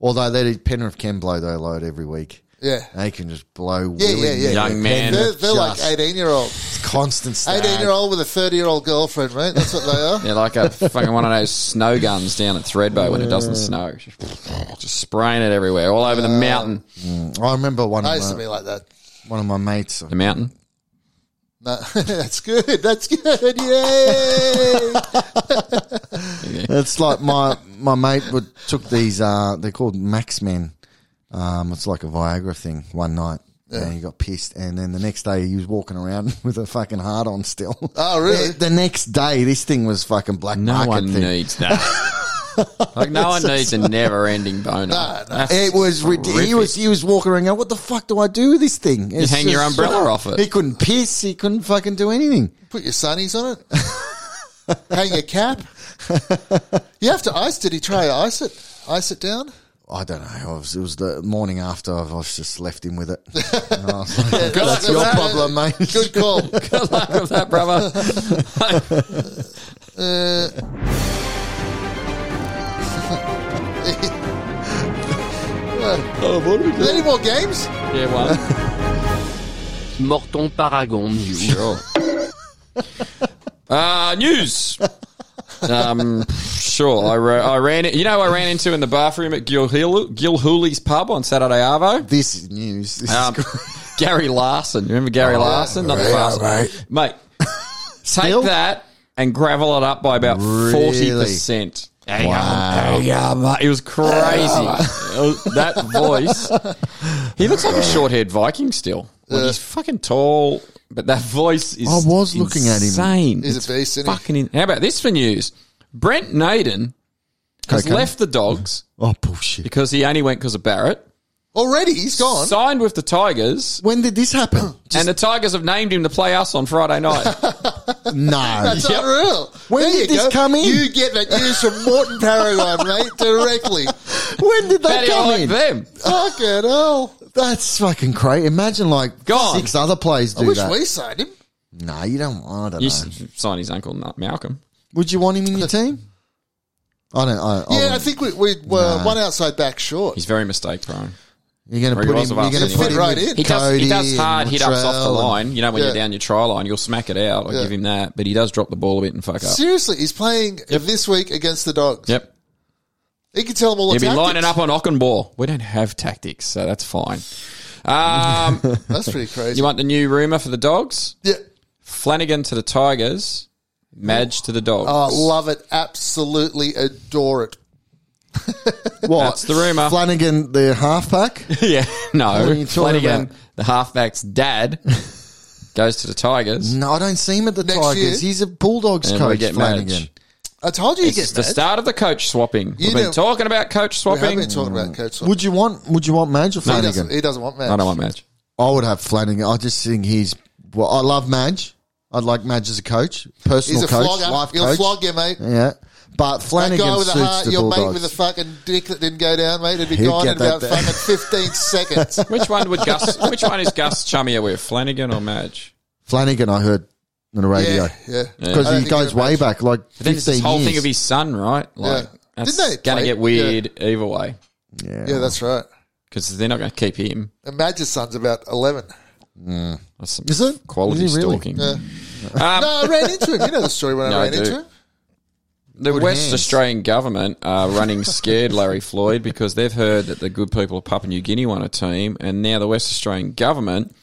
Although they Penrith can blow their load every week. Yeah. they can just blow. Yeah, yeah, yeah. Young man. They're, they're like Just- 18 year old. constant. Stag. 18 year old with a 30 year old girlfriend, mate. That's what they are. Yeah, like a fucking one of those snow guns down at Threadbow when it doesn't snow. Just spraying it everywhere, all over the mountain. I remember one I of used to be my, like that. one of my mates. uh, The mountain. No, that's good. That's good. Yay. It's like my my mate would took these. Uh, they're called Max Men. Um, it's like a Viagra thing. One night, and he got pissed, and then the next day he was walking around with a fucking heart on still. Oh, really? The next day, this thing was fucking black No market one thing. needs that. like no one needs a never-ending boner. That's- It was ridiculous. He was he was walking around going, "What the fuck do I do with this thing?" It's hang your umbrella off it. He couldn't piss. He couldn't fucking do anything. Put your sunnies on it. Hang a cap. You have to ice. Did he try to ice it? Ice it down? I don't know. I was, it was the morning after. I was just left him with it. And I was like, That's That's your problem, mate. Good call. Good luck with that, brother. Is there any more games? yeah, one. Morton Paragon News. Sure. Uh, news. Um, sure. I, ra- I ran. You know, I ran into in the bathroom at Gilhulu- Gilhooley's pub on Saturday Arvo. This is news. This Um, is Gary Larson. You remember Oh, Gary Larson? Not the fast mate. take that and gravel it up by about forty Really? percent. Wow. Uh, It was crazy. It was- that voice. He looks like a short haired Viking still. Like, He's fucking tall, but that voice is. I was looking at him. insane. He's It's a beast, isn't he? fucking. In- How about this for news? Brent Naden has Cocaine. left the dogs oh bullshit. because he only went because of Barrett. Already, he's gone. Signed with the Tigers, When did this happen? and the Tigers have named him to play us on Friday night. no. That's unreal. When There did you this go. come in? You get that news from Morton Paragon, mate, directly. when did How that do you come like in? them? Fucking hell. That's fucking crazy. Imagine like Gone. six other players do I wish that. we signed him. no, you don't. I don't You know. s- sign his uncle, not Malcolm. Would you want him in your team? I don't. I, I Yeah, I wouldn't. think we, we were Oh, Nah. one outside back short. He's very mistake prone. you're going to Or he put was him. You're with us going to anyway. put him Fit right with in. He does, he does Cody hard and hit ups off the Latrell and- line. You know, when Yeah. you're down your try line, you'll smack it out. I Yeah. give him that, but he does drop the ball a bit and fuck up. Seriously, he's playing this week against the Dogs. Yep. He can tell them all the He'll be tactics. lining up on Ockenball. We don't have tactics, so that's fine. Um, That's pretty crazy. you want the new rumour for the dogs? yeah. Flanagan to the Tigers, Madge to the dogs. I love it. Absolutely adore it. What? That's the rumour. Flanagan, the halfback. yeah, What are no. you talking Flanagan, about? the halfback's dad, goes to the Tigers. No, I don't see him at the Next Tigers. year? He's a Bulldogs And we coach, get Flanagan. Madge. I told you you It's get the mad. start of the coach swapping. You We've been know- talking about coach We have swapping. been talking about Coach Swap. Mm. Would you want? Would you want Madge or he, Flanagan? doesn't, he doesn't want Madge. I don't want Madge. I would have Flanagan. I just think he's. Well, I love Madge. I'd like Madge as a coach, personal He's a coach, flogger. life He'll coach. flog you, mate. Yeah, but That Flanagan guy with a suits heart, the your mate Bulldogs. with a fucking dick that didn't go down, mate, it'd be He'd gone get in that about there. fucking 15 seconds. Which one would Gus? Which one is Gus chummier with Flanagan or Madge? Flanagan, I heard on the radio yeah, yeah. because I don't he think goes you're a way Madge. back, like But then fifteen it's this whole years. thing of his son, right? Like Yeah. that's Didn't they gonna play- get weird either way yeah. Yeah, that's right. because they're not going to keep him. And Madge's son's about 11. That's some Is it? quality Is he really? stalking? Um, No, I ran into him. You know the story when No, I I ran do. into him? The West hands. Australian government are running scared Larry Floyd because they've heard that the good people of Papua New Guinea want a team, and now the West Australian government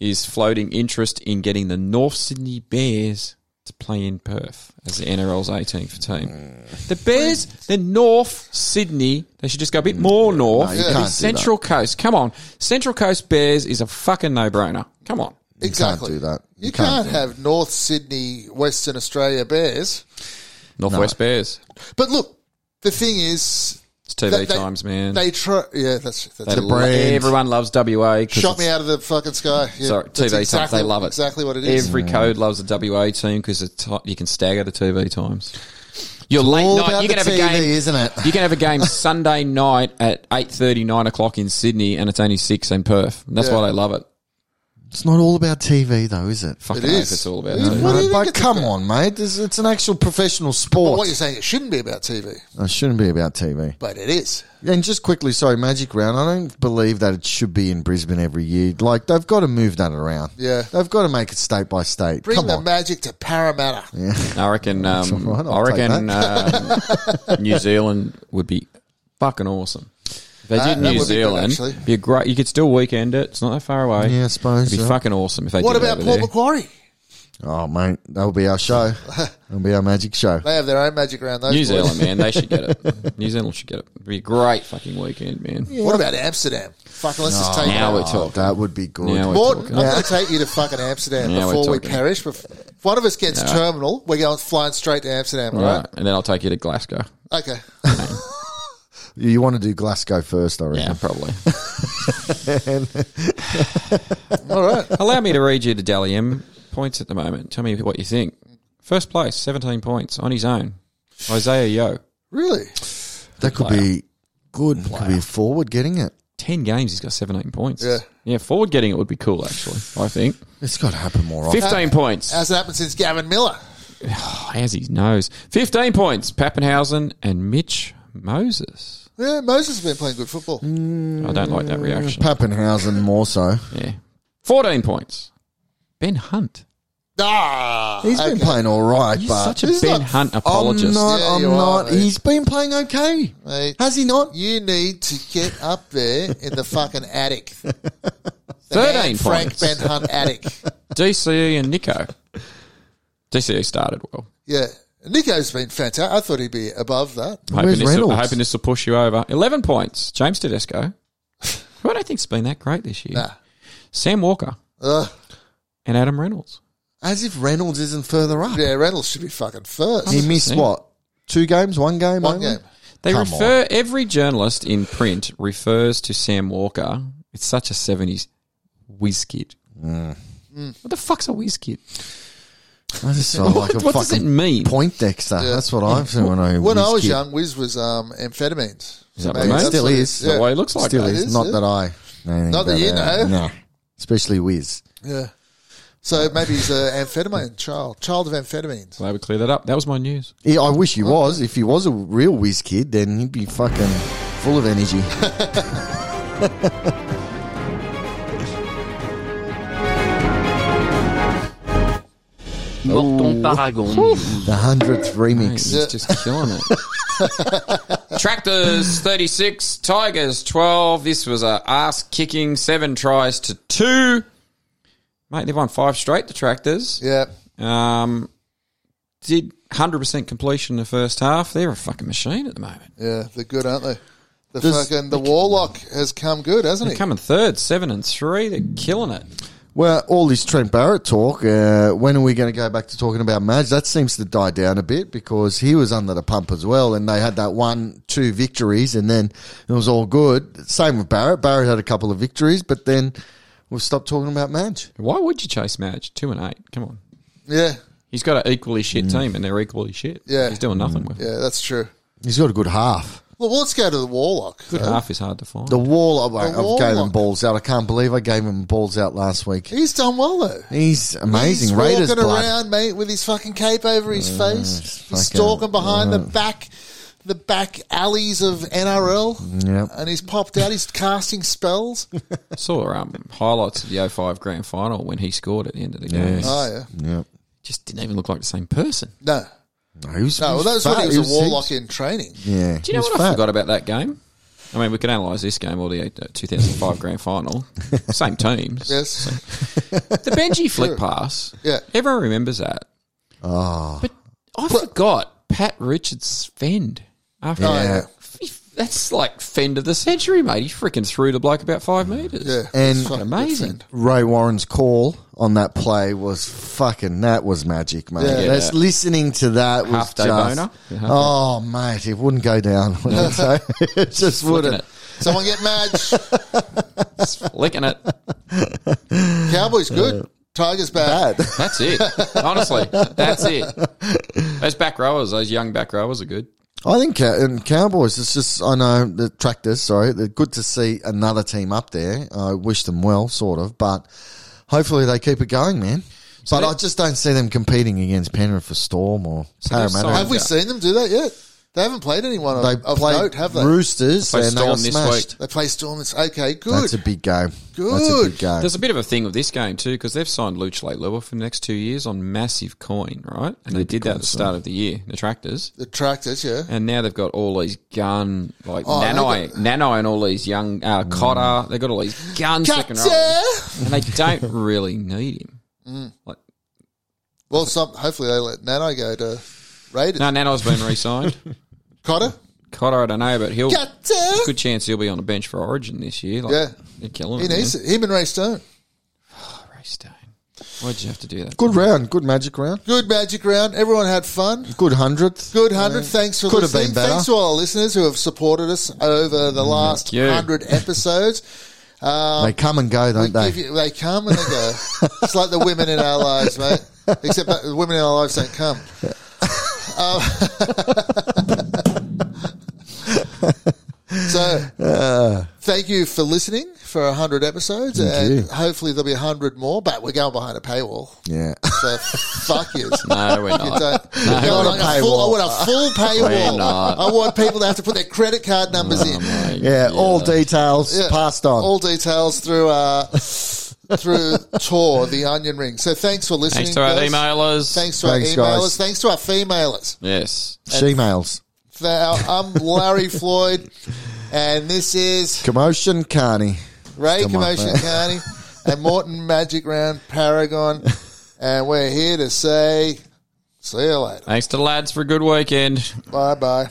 is floating interest in getting the North Sydney Bears to play in Perth as the NRL's 18th team. The Bears, the North Sydney, they should just go a bit more north. you It'd be can't do Central Coast, come on. Central Coast Bears is a fucking no-brainer. Come on. Exactly. do that. You, You can't, can't have North Sydney, Western Australia Bears. Northwest Bears. But look, the thing is, It's TV They- they- times, man. They try. Yeah, that's that's They it. lo- everyone loves WA. 'cause Shot it's- me out of the fucking sky. Yeah, Sorry, that's TV times. exactly- They love it. Exactly what it is. Every code loves the WA team because you can stagger the TV times. You're late all night. about You can the have a TV, game, isn't it? You can have a game Sunday night at 8.30, 9 o'clock in Sydney, and it's only six in Perth. And that's Yeah. why they love it. It's not all about TV though, is it? Fucking It hope is. it's all about. It is. that. What do you but think it's come about? on, mate. This, it's an actual professional But sport. what you're saying, it shouldn't be about TV, it shouldn't be about TV. but it is. And just quickly, sorry, Magic Round. I don't believe that it should be in Brisbane every year. Like they've got to move that around. Yeah. they've got to make it state by state. Bring Come the on, magic to Parramatta. I reckon, um, all right, I'll I reckon um, New Zealand would be fucking awesome. If they That- that did would be New good, Zealand, actually. be a great. You could still weekend it. It's not that far away. Yeah, I suppose, It'd be yeah. fucking awesome if they What did about it Port over there. Macquarie? oh mate, that'll be our show. That'll be our magic show. They have their own magic round. Those New boys. Zealand, man. They should get it. New Zealand should get it. It'd be a great fucking weekend, man. What about Amsterdam? Fucking let's just take now it. we're out. Oh, talking. that would be good. Now we're Morton, talking. I'm going to take you to fucking Amsterdam Now we're before we talking. perish. If one of us gets Yeah. terminal, we're going flying straight to Amsterdam. All All right. right, and then I'll take you to Glasgow. Okay. You want to do Glasgow first, I Yeah, reckon. probably. All right. Allow me to read you the Dally M points at the moment. Tell me what you think. First place, 17 points on his own. Isaiah Yo. Really? That could be good. Could be a forward getting it. 10 games, he's got 17 points. Yeah. Yeah, forward getting it would be cool, actually, I think. It's got to happen more often. 15 points. How's it happened since Gavin Miller? Oh, how's his nose? 15 points, Pappenhausen and Mitch Moses. Yeah, Moses has been playing good football. Mm. I don't like that reaction. Pappenhausen more so. Yeah. 14 points, Ben Hunt. Ah, He's been playing all right, He's but such a he's not- Ben Hunt I'm apologist. not. Yeah, I'm you are, not. mate. He's been playing okay. Mate. Has he not? You need to get up there in the fucking attic. The 13 Anne Frank points. Ben Hunt attic. DCE and Nico. DCE started well. Yeah. Nico's been fantastic. I thought he'd be above that. Hoping Where's this, will, Reynolds? hoping this will push you over. 11 points. James Tedesco, who I don't think's been that great this year. Nah. Sam Walker Ugh. and Adam Reynolds. As if Reynolds isn't further up. Yeah, Reynolds should be fucking first. He missed what? Two games? One game? One only? game. They Come refer every journalist in print refers to Sam Walker. It's such a seventies whiz kid. Mm. What the fuck's a whiz kid? I just sound like a What does it fucking mean? point dexter. That's what I've seen when I When I was kid. young, Wiz was um, amphetamines. Is that Mate, what it means? that's Still what it is. Is that why he looks like Still that? is. is, Not yeah. that I. know anything Not that about you know. No. Especially Wiz. Yeah. So maybe he's an amphetamine child, child of amphetamines. Glad we cleared that up. That was my news. Yeah, I wish he was. If he was a real whiz kid, then he'd be fucking full of energy. Morton Paragon. The hundredth remix. He's just killing it. Tractors thirty six, Tigers twelve. This was a ass kicking seven tries to two. Mate, they've won five straight. The tractors. Yeah. Um, did hundred percent completion in the first half. They're a fucking machine at the moment. Yeah, they're good, aren't they? The Does- fucking the warlock has come good, hasn't They're he? coming third, seven and three. They're killing it. Well, all this Trent Barrett talk. Uh, when are we going to go back to talking about Madge? That seems to die down a bit because he was under the pump as well, and they had that one, two victories, and then it was all good. Same with Barrett. Barrett had a couple of victories, but then we've stopped talking about Madge. Why would you chase Madge? Two and eight. Come on. yeah, He's got an equally shit team, and they're equally shit. Mm. Yeah. Mm. he's doing nothing with. it. yeah, that's true. He's got a good half. Well, let's go to the warlock. Good half is hard to find. The wall. I, I wall gave him lock. balls out. I can't believe I gave him balls out last week. He's done well though. He's amazing. He's Raiders walking blood. around, mate, with his fucking cape over his face. fucking- He's stalking behind the back, the back alleys of NRL, Yep. and he's popped out. He's casting spells. I saw um, highlights of the 05 grand final when he scored at the end of the game. Yes. Oh yeah, Yep. Just didn't even look like the same person. no, No, he was, no. Well, that was fat. when he was a he warlock in training. Yeah. Do you know what I forgot about that game? I mean, we can analyse this game or the uh, 2005 grand final. Same teams. Yes. The Benji flick pass. Yeah. Ah. Everyone remembers that. Oh. But I forgot Pat Richards' fend. After Yeah. That's like fend of the century, mate. He freaking threw the bloke about five metres. Yeah, And- it's fucking Amazing. good Ray Warren's call on that play was fucking that was magic, mate. Yeah. That's listening to that was Half-day just boner? Yeah, half-day. oh mate, it wouldn't go down. would it? So it just wouldn't. Flicking Someone get Madge. it. Flicking it. Cowboys good. Tigers bad. Bad. That's it. Honestly, that's it. Those back rowers, those young back rowers are good. I think Cow- and Cowboys. It's just I know the tractors. Sorry, they're good to see another team up there. I wish them well, sort of, but hopefully they keep it going, man. but I just don't see them competing against Penrith for Storm or they've Parramatta. signed- Have we Yeah. seen them do that yet? They haven't played anyone of, They of played note, have they? Roosters They play and they got Storm this smashed. They play Storm. It's okay. Good. That's a big game. That's a big Good. game. There's a bit of a thing with this game too because they've signed Luch Lua for the next two years on massive coin, right? And they did that at the uh, start of the year, the tractors, the tractors, yeah. and now they've got all these gun like Oh, they Mm. Nanai, Nanai, and all these young uh, Cotter. They've got all these gun second row, Gotcha. and they don't really need him. Mm. Like, Well, some, hopefully they let Nano go to Raiders. no, Nanai's been re-signed. Cotter? Cotter, I don't know, but he'll Gotcha. good chance he'll be on the bench for Origin this year. Like, Yeah. they're killing He Mm-hmm. him, man. needs it. Him and Ray Stone. Ray Stone. Why'd you have to do that? Good round. Good magic round. Good magic round. Everyone had fun. Good hundredth. Good hundred. Thanks for Could have listening. been better. Mm-hmm. Thanks to all our listeners who have supported us over the last you. hundred episodes. they come and go, don't they? If Um, you- they come and they go. it's like the women in our lives, mate. Except that the women in our lives don't come. Um, so, thank you for listening for hundred episodes, and you. hopefully there'll be hundred more. But we're going behind a paywall, yeah. so fuck you. No, we're You not. don't- you want a want a full- I paywall. want a full paywall. not. I want people to have to put their credit card numbers in. Um, Oh, mate. yeah, All details Yeah. passed on. All details through uh, through Tor, the Onion Ring. So thanks for listening. Thanks to our guys. emailers. Thanks to our Thanks, emailers. guys. Thanks to our females. Yes. Shemales. Th- I'm Larry Floyd, and this is Commotion, Carney. Ray Come on, Commotion mate. Carney and Morton Magic Round Paragon, and we're here to say, see you later. Thanks to the lads for a good weekend. Bye bye.